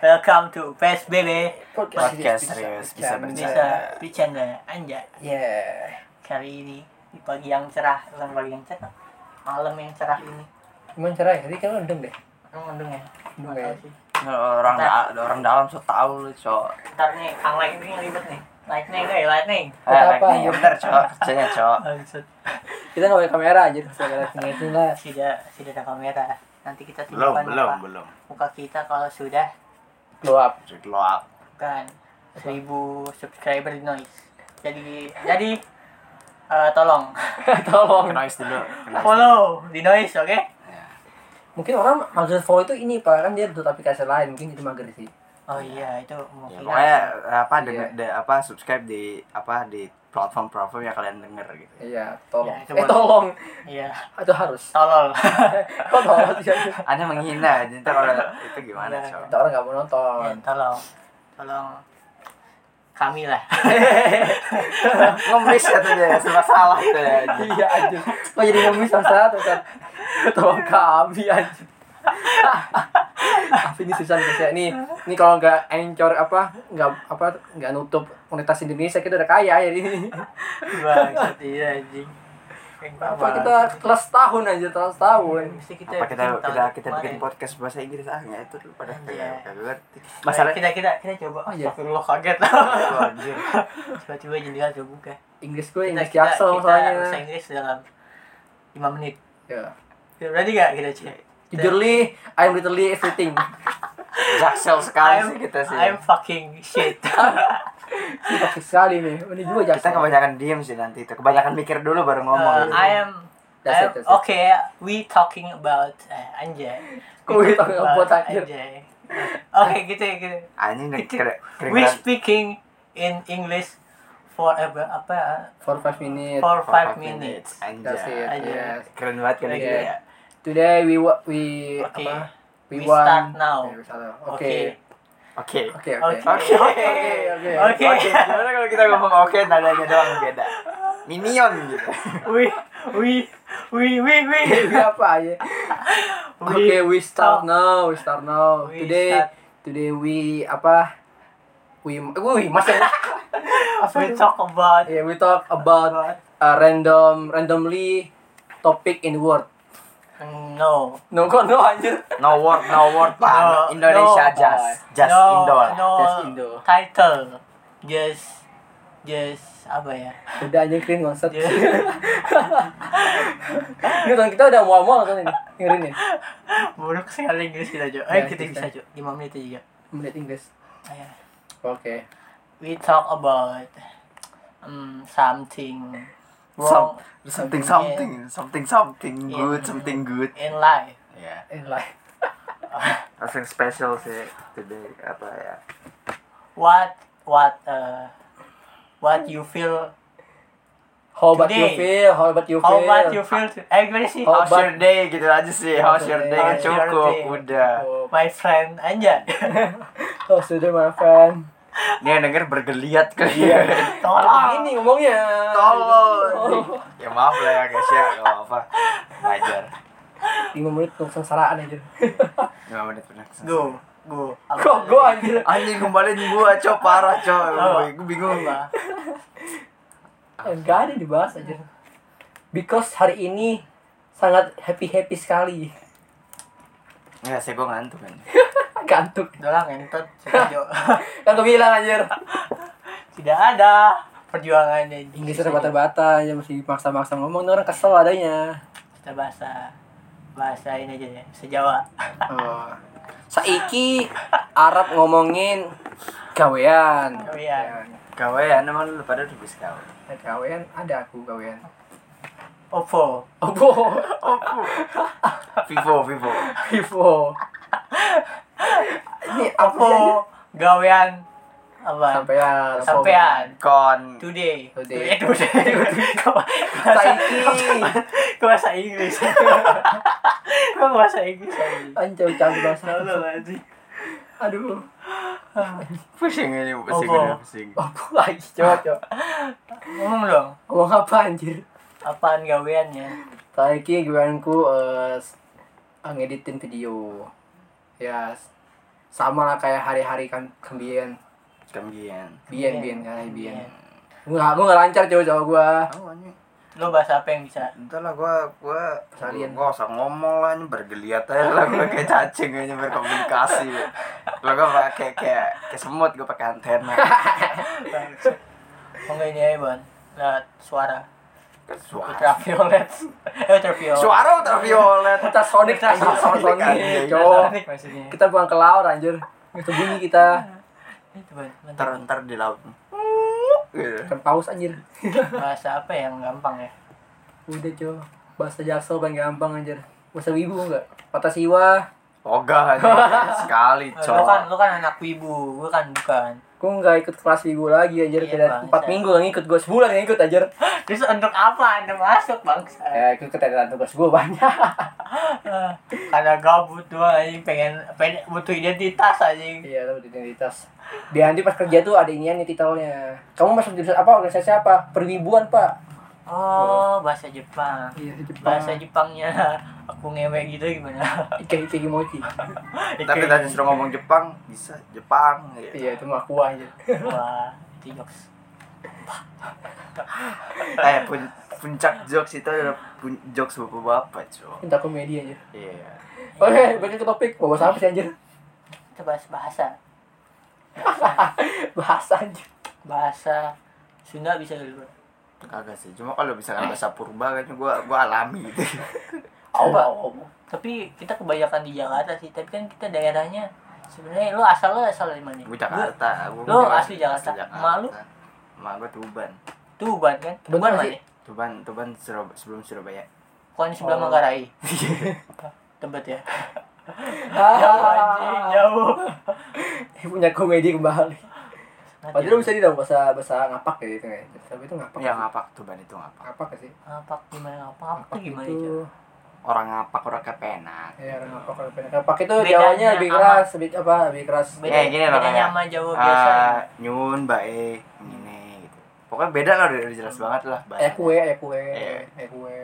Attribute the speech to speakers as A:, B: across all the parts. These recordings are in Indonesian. A: Welcome to PSBB
B: Podcast serius bisa bercanda.
A: Bisa bercanda anja
B: Yeah.
A: Kali ini di pagi yang cerah Bukan pagi yang cerah Malam yang cerah ini
B: Cuman cerah ya, tadi kan lu mendung deh.
A: Emang mendung ya?
B: Mendung
A: Nggak
B: ya.
A: tahu sih.
C: orang da orang dalam so tau lu cok
A: Ntar nih, Kang Lightning ribet nih Lightning deh, Lightning
C: eh
B: Apa?
C: like nih bener cok kerjanya cok
A: Oh, Maksud
B: Kita nggak pakai kamera aja, terus kamera tinggal itu lah.
A: Sudah, sudah ada kamera Nanti kita
D: belum
A: tunjukkan
D: belum
A: muka,
D: belum
A: muka kita kalau sudah
B: Glow up.
D: Jadi glow up
A: Kan 1000 subscriber di noise Jadi, jadi eh, Tolong Oh.
B: Tolong.
C: ke noise dulu ke noise.
A: Follow di noise, oke?
B: Mungkin orang maksud follow itu ini pak kan dia tutup aplikasi lain, mungkin itu mager sih.
A: Oh iya, itu
C: ya,
A: mungkin
C: pokoknya apa
B: Iya.
C: de- de- apa subscribe di apa di platform-platform yang kalian denger gitu
B: Iya, tolong.
A: Ya, itu
B: eh
A: boleh.
B: tolong,
A: Iya,
B: itu harus.
A: tolol.
B: Kok tolong sih?
C: anda menghina jadi ntar orang itu gimana
A: Iya.
C: cok
B: Kita orang nggak mau
A: Ya,
B: nonton.
A: tolong. Tolong kami lah.
C: ngemis katanya serba salah tuh ya
B: Iya aja. Kok jadi ngomongin sama satu kan? Tolong kami aja. Tapi ini susah nih guys ya. Nih, ini kalau nggak encor apa nggak apa nggak nutup komunitas Indonesia kita udah kaya ya ini.
A: Bangsat iya anjing. Yang
B: Apa kita kelas tahun aja kelas tahun.
A: mesti kita
C: apa
A: bikin
C: kita
A: Iya, tahun
C: kita kita
A: kemarin.
C: bikin podcast bahasa Inggris ah nggak itu dulu pada
A: Iya.
C: kagak ngerti
A: Masalah
C: masalah
A: kita kita kita coba.
B: Oh, iya.
A: Astagfirullah kaget.
C: Aduh, anjir.
A: Coba-coba jendela coba buka.
B: Inggris gue
A: Kita
B: Inggris
A: kita
B: jaksel
A: kita bahasa
B: soalnya.
A: Inggris dalam 5 menit.
B: Ya.
A: Ready gak kita cek?
B: Jujur li, I'm literally everything.
C: jaksel sekali
A: I'm,
C: sih kita sih
A: I'm fucking shit. Uh,
B: Ini toxic sekali nih. Ini juga
C: kita
B: jaksel.
C: kebanyakan diem sih nanti itu kebanyakan mikir dulu baru ngomong
A: Uh,
C: gitu.
A: Gitu. Iya. I am
B: Oh,
A: I
B: That's it,
A: am-
B: that's it.
A: okay, we talking about uh, anjay.
B: Kok we talking about anjay?
A: anjay. Okay, gitu ya, gitu.
C: anjing Ah, udah
A: Itu-
C: kere-
A: We
C: keringatan
A: speaking in English for about apa?
B: For five minutes.
A: For
C: for
A: five
C: five
A: minutes. Iya.
B: That's
C: anjay
B: it.
A: Ya, Aja.
B: Yes.
C: keren banget kan
A: Oke.
C: gitu ya
B: Today we wa- we
A: Okay.
B: apa?
A: We start
B: want-
A: now.
B: Yeah, we start now.
A: Okay.
B: Oke. Oke,
C: oke
B: oke.
A: Okay.
C: Oke.
B: Oke,
A: Oke.
C: oke gimana kalau kita ngomong oke nadanya doang beda minion gitu
A: We we we we we
B: Ini apa aja? Oke,
A: we
B: we start now, we start now.
A: We
B: today,
A: start.
B: today we apa? We, we masih. apa
A: we
B: itu?
A: talk about
B: Yeah, we talk about
A: about
B: uh, random, randomly topic in word.
A: no
B: No, kok no anjir.
C: no word no word pak
A: No,
B: no,
C: Indonesia just just
A: no,
C: indol
A: no
B: Just Indo.
A: title just just apa ya
B: Udah anjing clean konsep.
A: Just-
B: Ini tahun kita udah mual-mual kan ini. Dengerin nih.
A: buruk sekali Inggris kita Jo.
B: Ya,
A: Eh kita
B: kita.
A: bisa Jo. 5 menit aja Jo.
B: Menit Inggris. iya.
A: Ayo.
B: Oke.
A: We talk about um, something
C: Some-
A: wrong
C: something something something something good
A: Yeah.
C: something good
A: in life.
C: ya
B: Eh lah.
C: something special sih today apa ya
A: What what uh, what you feel?
B: How about you
A: Today.
B: feel? How about you feel?
A: How what you feel? to- Eh gimana sih?
B: Oh,
C: How's your day gitu aja sih. How's your day kan
A: How's your
C: cukup
A: day?
C: udah.
B: Oh,
A: My friend Anja.
B: oh sudah my friend.
C: Ini yang denger bergeliat kali
A: Iya.
C: ya.
A: Tolong.
B: Ini ngomongnya. Oh.
C: Tolong. Ya maaf lah ya guys ya, enggak apa-apa. Ngajar.
B: Lima menit untuk sengsaraan aja.
C: 5 menit pernah.
A: Go go.
B: Kok gue anjir.
C: Anjing kembaliin gua, cok parah, cok.
A: Apa?
C: Gua bingung lah.
B: Enggak Eh, ada dibahas aja. Because hari ini sangat happy happy sekali.
C: Enggak sih gua ngantuk kan.
B: Gantuk.
A: Dolang entot sudah, Jo.
B: Kan gue bilang anjir.
A: Tidak ada perjuangan yang
B: Inggris terbata-bata ya masih maksa-maksa ngomong ini orang kesel adanya.
A: Kita bahasa bahasa ini aja deh. Sejawa.
B: Oh. Saiki Arab ngomongin gawean.
A: Gawean.
C: Kawean emang ya, lu pada udah bisa kawe.
B: Ada gawean, ada aku gawean.
A: Oppo.
B: Oh, boh.
C: Vivo, Vivo.
B: Vivo. Ini apa sih?
A: Oppo gawean apa?
B: Sampean.
A: Sampean.
C: Kon
A: Today.
B: Today.
A: Today. Today. Kau- kau bahasa-
B: Saiki.
A: kau bahasa Inggris. Kau bahasa Inggris aja.
B: Anjay, canggih
A: Lalu
B: banget.
A: lagi.
B: Aduh.
C: pusing ini, pusing
A: Apa?
C: ini, pusing.
B: Apa lagi? Coba, coba.
A: Ngomong dong.
B: Ngomong apa anjir?
A: Apaan gaweannya?
B: Saiki gaweanku eh, s- ngeditin video. ah, Ya, s- sama lah kayak hari-hari kan kembien
C: Kemudian.
B: bien
A: Bien.
B: bien kan bien
A: Bien.
B: gue gak gue gak lancar cowok-cowok gue
C: Tahu anjing.
A: Lo bahasa apa yang bisa?
C: Entar lah gua gua
B: Seharian.
C: gua gak usah ngomong lah ini bergeliat aja lah gua kayak cacing aja berkomunikasi. Lah gua pakai kayak kayak semut gua pakai antena.
A: Oh enggak ini ya, Bon. Lihat suara.
C: Suara.
A: Ultraviolet. Eh, ultraviolet.
C: Suara ultraviolet.
B: ultrasonic anjir
C: Ultrasonic, anjing.
B: ultrasonic cowok
A: Ultrasonic maksudnya.
B: kita buang ke laut anjir sembunyi kita
A: Itu, Bon.
C: Ntar
A: Mantap.
C: ntar di laut. Gitu.
B: kan paus anjir
A: Bahasa apa yang gampang ya?
B: udah cowok bahasa jaksel paling gampang anjir bahasa wibu enggak patah siwa
C: Ogah anjing. sekali
A: Eh, Lo kan
C: cowok.
A: lo kan anak wibu, gue kan bukan.
B: gue nggak ikut kelas wibu lagi anjir
A: Iya,
B: tidak
A: Bang,
B: empat
A: saya-
B: minggu nggak ikut gue sebulan nggak ikut anjir
A: Terus untuk apa Anda masuk, Bang?
B: ya ikut keteteran tugas gue banyak
A: Ah, karena gabut gua anjing pengen, pengen butuh identitas anjing
B: iya lu identitas dia nanti pas kerja tuh ada inian nih titelnya kamu masuk jurusan apa organisasi apa perwibuan pak
A: oh bahasa Jepang
B: iya
A: bahasa Jepangnya aku ngewek gitu gimana
B: Ike Ike Kimochi
C: Ntar kita disuruh ngomong Jepang, bisa Jepang. gitu.
B: iya itu mah aku anjir
A: wah itu jokes
C: Eh pun- puncak jokes itu adalah pun- jokes bapak-bapak, cowok.
B: cinta komedi anjir
C: Iya.
B: oke balik ke topik mau bahas apa sih anjir
A: itu bahasa bahasa
B: bahasa anjir
A: bahasa Sunda bisa gitu, dulu
C: Kagak sih, cuma kalau misalkan bahasa purba kayaknya gua gua alami gitu.
B: oh,
A: Coba.
B: oh, oh.
A: tapi kita kebanyakan di Jakarta sih tapi kan kita daerahnya sebenarnya lu asal lu asal dari mana
C: Gua Jakarta, gua
A: Lu
C: Jakarta-
A: asli Jakarta? Emak lu?
C: Emak gua Tuban.
A: Lu Tuban kan
B: Tuban
A: Tuban
B: sih.
A: mana
C: Tuban, Tuban Surab sebelum Surabaya.
A: bukan di sebelah
B: Oh.
A: Manggarai Tebet ya jauh anjing
B: Ah,
A: jauh
B: punya komedi kembali padahal lu bisa di dong bahasa bahasa ngapak ya gitu ya tapi itu ngapak
C: ya ngapak Tuban itu ngapak.
B: ngapak sih
A: apa gimana apa apa
B: Gitu.
A: gimana itu
B: itu
C: Orang ngapak orang kepenak.
B: ya orang ngapak orang pendek. ngapak itu
A: Bedanya
B: jawanya lebih
A: sama-
B: keras lebih apa lebih keras
A: beda
C: Ya, gini loh,
A: bedanya
C: kayak,
A: sama Jawa biasa ya.
C: Ah, nyun, bae, ngene gitu. Pokoknya beda lah udah, udah
A: Hmm.
C: jelas banget lah
B: eh
C: bahasanya.
B: kue eh kue
C: Iya.
B: eh kue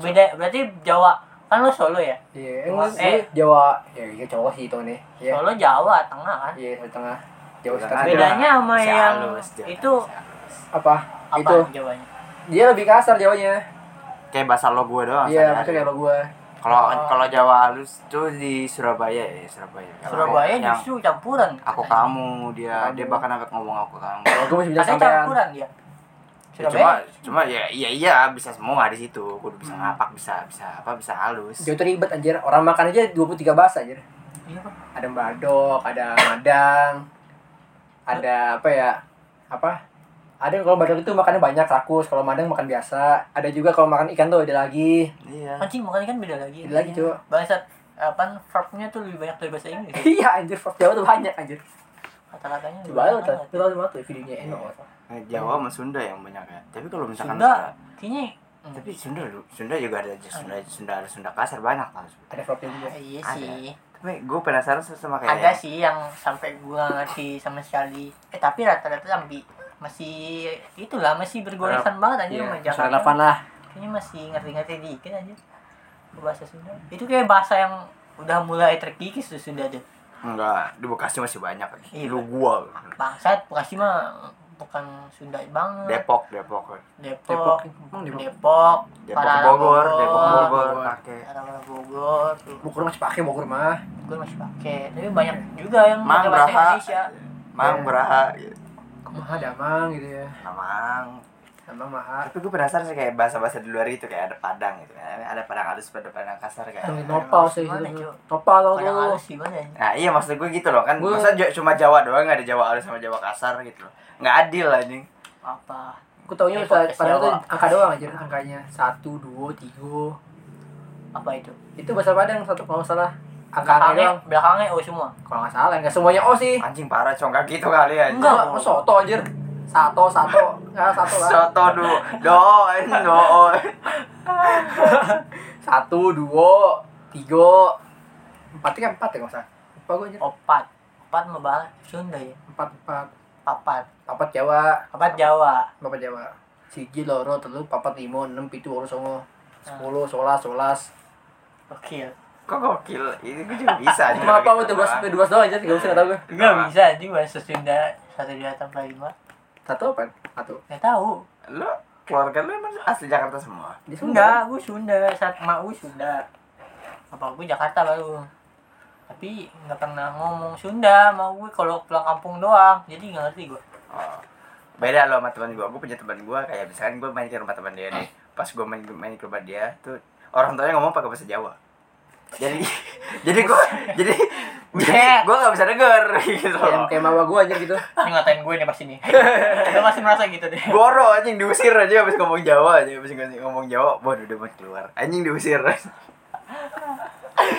A: beda berarti Jawa kan lo Solo ya
B: iya
A: Cuma,
B: emang
A: eh.
B: eh. Jawa ya iya cowok sih itu nih iya
A: Solo Jawa tengah kan
B: iya di tengah Jawa
C: Jawa
B: sekali
C: Tengah.
A: bedanya sama
C: Masih
A: yang
C: halus, Jawa,
A: itu
C: masih halus.
B: apa
A: apa
B: itu
A: Jawanya
B: dia lebih kasar Jawanya
C: kayak bahasa lo gua
B: iya
C: doang. sehari-hari.
B: maksudnya kalau gua
C: Kalau
A: Oh.
C: kalau Jawa halus tuh di Surabaya ya, Surabaya. Kalau
A: Surabaya
C: yang
A: justru campuran
C: aku
A: katanya.
C: kamu dia
B: Kamu.
C: dia bahkan sampai ngomong aku kamu
B: kalau gua masih bilang
A: katanya
B: sampean
A: campuran ya
C: Ya,
A: Surabaya
C: cuma cuma ya iya iya bisa semua di situ kudu bisa
A: Hmm.
C: ngapak bisa bisa apa bisa halus
B: Jawa tuh ribet anjir orang makan aja 23 bahasa anjir
A: iya Pak.
B: ada badok, ada madang, ada apa ya? Apa? Ada kalau badok itu makannya banyak rakus, kalau madang makan biasa. Ada juga kalau makan ikan tuh ada lagi,
C: iya
A: anjing makanya kan beda lagi
B: ada lagi cowok.
A: bangsat apa verbnya tuh lebih banyak dari bahasa Inggris
B: Iya anjir, verb Jawa tuh banyak anjir.
A: kata-katanya lebih
B: Coba lu
A: banyak
B: tuh,
A: banget.
B: lu tau mana tuh videonya enak.
C: Nah, Jawa sama Sunda yang banyak ya tapi kalau misalkan
A: Sunda kayaknya hmm.
C: tapi Sunda lu Sunda juga ada aja Sunda Sunda ada Sunda kasar banyak kan
B: Ada verbnya juga.
A: Ah, iya
C: Ada.
A: sih
C: tapi gue penasaran sama kayak
A: ada sih yang sampai gua nggak ngerti sama sekali eh tapi rata-rata sampai masih itulah masih bergoresan banget aja sama
B: Iya,
A: Jakarta.
B: relevan lah.
A: kayaknya masih ngerti-ngerti dikit aja bahasa Sunda itu kayak bahasa yang udah mulai terkikis tuh Sunda tuh
C: enggak di Bekasi masih banyak
A: Iya.
C: lu gua
A: bangsat Bekasi mah bukan Sunda banget
C: Depok Depok
A: Depok Depok,
B: Emang Depok.
A: Depok
C: Depok
A: Parara
C: Bogor Depok Bogor
B: Bogor.
C: pakai
A: Parara Bogor tuh
B: Bogor masih pakai Bogor mah.
A: gue masih pakai tapi banyak juga yang
C: Mang
A: pakai bahasa
C: Braha
A: Indonesia
C: Mang
B: Iya.
C: Braha gitu.
B: Kumaha damang gitu ya.
C: Nah, Mang
B: Damang maha.
C: tapi gue penasaran sih kayak bahasa-bahasa di luar itu kayak ada Padang gitu kan ada Padang halus ada Padang kasar kayak
B: Tuh, Nopal sih
A: Gimana,
B: gitu.
A: Cuk?
B: Nopal tau
A: Padang
B: tuh.
A: halus gimana ya?
C: nah iya maksud gue gitu loh kan
B: Gua-
C: masa ju- cuma Jawa doang nggak ada Jawa halus sama Jawa kasar gitu loh nggak adil lah ini
A: apa
B: Aku taunya
A: Eh, podcast
B: padahal tuh
A: Jawa.
B: angka doang anjir angkanya. Satu, dua, tiga.
A: apa itu
B: Itu bahasa Padang satu kalau nggak salah. Angka-angka
A: belakangnya
B: doang.
A: belakangnya oh semua
B: Kalau nggak salah, nggak semuanya oh sih.
C: anjing parah cong nggak gitu kali ya
A: Enggak.
B: Enggak, oh, soto anjir. Sato, sato. Enggak, sato lah.
C: soto do doin doin
B: Satu, dua, tiga. Empat kan empat ya, nggak usah. Lupa gue anjir.
A: opat opat mah bahasa Sunda ya
B: Empat, empat.
A: papat
B: Papat Jawa,
A: papat Jawa
B: papat Jawa. Sigi, Ah. loro, telu, papat, limo, enam, pitu, wolu, songo. Sepuluh, solas, solas.
A: oke
C: kok gokil ini gue juga bisa anjing,
B: Cuma apa lu
C: kalau gitu
B: tuh bahas
C: doang.
B: dua doang aja, tiga belas nggak tau gue.
A: Enggak bisa anjing bahasa Sunda satu dua tambah lima.
B: Satu apa? Satu.
A: Enggak tahu.
C: lu keluarga lu emang asli Jakarta semua
B: Di Sunda.
A: Enggak, gue Sunda, saat mak gue Sunda. Apa gue Jakarta baru. Tapi nggak pernah ngomong Sunda, mau gue kalau pulang kampung doang. Jadi nggak ngerti gue.
C: Oh. beda loh sama teman gue gue punya teman gue kayak misalkan gue main ke rumah teman dia nih pas gue main main ke rumah dia tuh orang tuanya ngomong pakai bahasa Jawa jadi jadi gue jadi gue gak bisa denger gitu
B: Kayak
C: loh
B: kayak mawa gue aja gitu.
A: Ini ngatain gue nih pas ini. Gue masih merasa gitu deh.
C: Goro anjing diusir aja habis ngomong Jawa aja habis ng- ngomong Jawa waduh udah mau keluar anjing diusir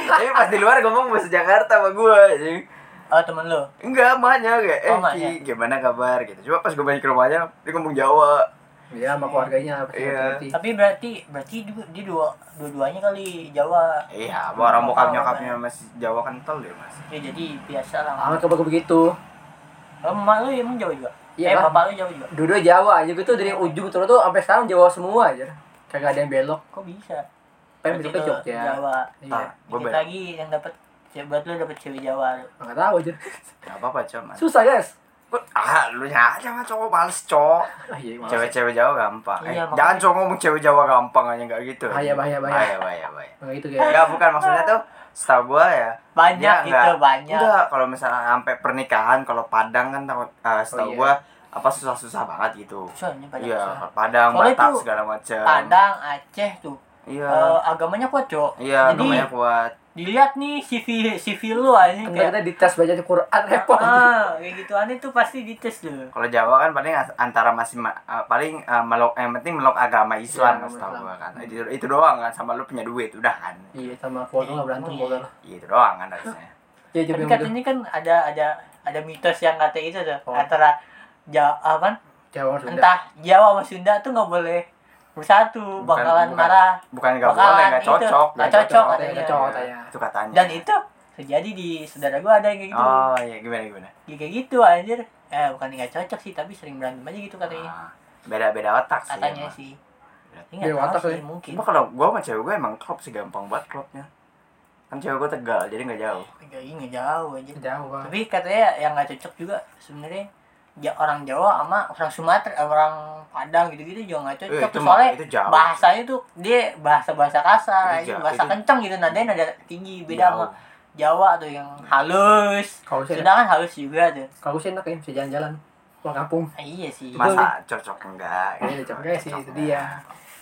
C: tapi pas di luar ngomong bahasa Jakarta sama gue anjing
A: Oh temen lu,
C: enggak emaknya kayak eh
A: Oh, emaknya.
C: Ki, gimana kabar gitu cuma pas gue main ke rumahnya dia ngomong Jawa
B: Iya, sama keluarganya apa sih?
C: Iya.
B: ngerti.
A: tapi berarti berarti dia, dia dua dua-duanya kali Jawa.
C: Iya, bu, orang bokap nyokapnya masih Jawa kental deh mas.
A: Ya jadi biasa lah.
B: Amat kebaku Ah, begitu.
A: Oh, emak lu emang Jawa juga.
B: Iya
A: eh,
B: lah.
A: bapak lu Jawa juga.
B: Dua-dua Jawa aja, gue tuh dari ujung turun tuh sampai sekarang Jawa semua aja. Kagak ada yang belok.
A: Kok bisa?
B: Pengen
A: Berarti
B: besok ke
A: lu
B: Jogja.
A: Jawa.
B: Iya.
C: Ah, gue
A: Dikit lagi yang dapat buat lu dapat cewek Jawa lu.
B: Nggak tahu aja.
C: Gak apa-apa cuma.
B: Susah guys.
C: Ah, lu nya aja mah cowok males cowok.
B: Ah iya, malas.
C: Cewek-cewek Jawa gampang. Eh,
A: Iya, makanya.
C: jangan cowok ngomong cewek Jawa gampang aja nggak gitu.
B: Bahaya, bahaya, bahaya.
C: Bahaya bahaya bahaya.
B: Nah, gitu guys.
C: Enggak bukan maksudnya tuh setahu gua ya.
A: Banyak
C: dia
A: gitu,
C: nggak-
A: banyak.
C: Enggak, kalau misalnya sampai pernikahan kalau Padang kan takut eh, setahu
B: Oh, iya.
C: gua apa susah-susah banget gitu.
A: Soalnya banyak usaha.
C: Iya, Padang,
A: Soalnya
C: Batak
A: itu
C: segala macam.
A: Padang, Aceh tuh.
B: Ya.
C: Iya.
A: Eh, agamanya kuat, Cok.
C: Iya,
A: Jadi
C: namanya kuat.
A: dilihat nih CV CV lu anjing
B: Enggak
A: kayak
B: kita dites baca Quran repot.
A: Ah, kayak gituan itu pasti dites dulu.
C: Kalau Jawa kan paling as- antara masih ma- eh, paling eh, melok yang penting melok agama
B: Iya,
C: Islam kan setahu
B: Islam.
C: gua kan. Itu, itu doang kan sama lu punya duit udah kan.
B: Iya sama keluarga nggak berantem
A: Iya.
B: keluarga.
C: Itu doang kan harusnya.
B: Iya
A: Tapi
B: jadi yang
A: katanya kan ada ada ada mitos yang kata itu tuh
B: Oh.
A: antara Jawa apa
B: Jawa sama Sunda.
A: entah Jawa sama Sunda tuh nggak boleh bersatu,
C: Bukan-
A: bakalan
C: bukan.
A: marah.
C: Bukan enggak
A: Bakalan
C: boleh, enggak
A: itu,
C: cocok,
A: nggak
C: nggak
A: cocok
B: katanya.
A: katanya.
B: Cocok
C: Iya,
B: katanya.
C: Itu katanya.
A: Dan itu terjadi di saudara gua ada yang kayak gitu.
B: Ah.
C: Oh, iya gimana gimana.
A: Ya, kayak gitu anjir. Eh bukan nggak cocok sih, tapi sering berantem aja gitu katanya.
C: Ah, beda-beda otak sih.
A: katanya
C: emang.
A: sih.
C: Berarti
A: Ini
B: Ya. dia
A: nggak
B: watak
A: tahu sih
B: kali.
A: mungkin.
C: Cuma kalau gua sama cewek gua emang klop sih gampang banget klopnya. Kan cewek gua tegal jadi enggak jauh.
A: Jadi nggak Iya, jauh aja.
B: Jawa.
A: Tapi katanya yang nggak cocok juga sebenarnya ya orang Jawa sama orang Sumatera, eh, orang Padang gitu-gitu juga nggak
C: Eh,
A: cocok.
C: itu
A: tuh
C: mah-
A: soalnya
C: itu jauh.
A: bahasanya tuh dia bahasa bahasa kasar, aja,
C: Itu jauh,
A: bahasa
C: itu-
A: kencang gitu nadanya nada tinggi beda sama
C: Jauh.
A: Jawa tuh yang halus.
B: Kalau sih
A: Sunda kan halus juga tuh.
B: kalau sih enak ya bisa jalan-jalan pulang kampung.
A: Ah, iya sih.
C: Masa cocok enggak?
B: Iya cocok guys sih itu
C: Cocok
B: dia.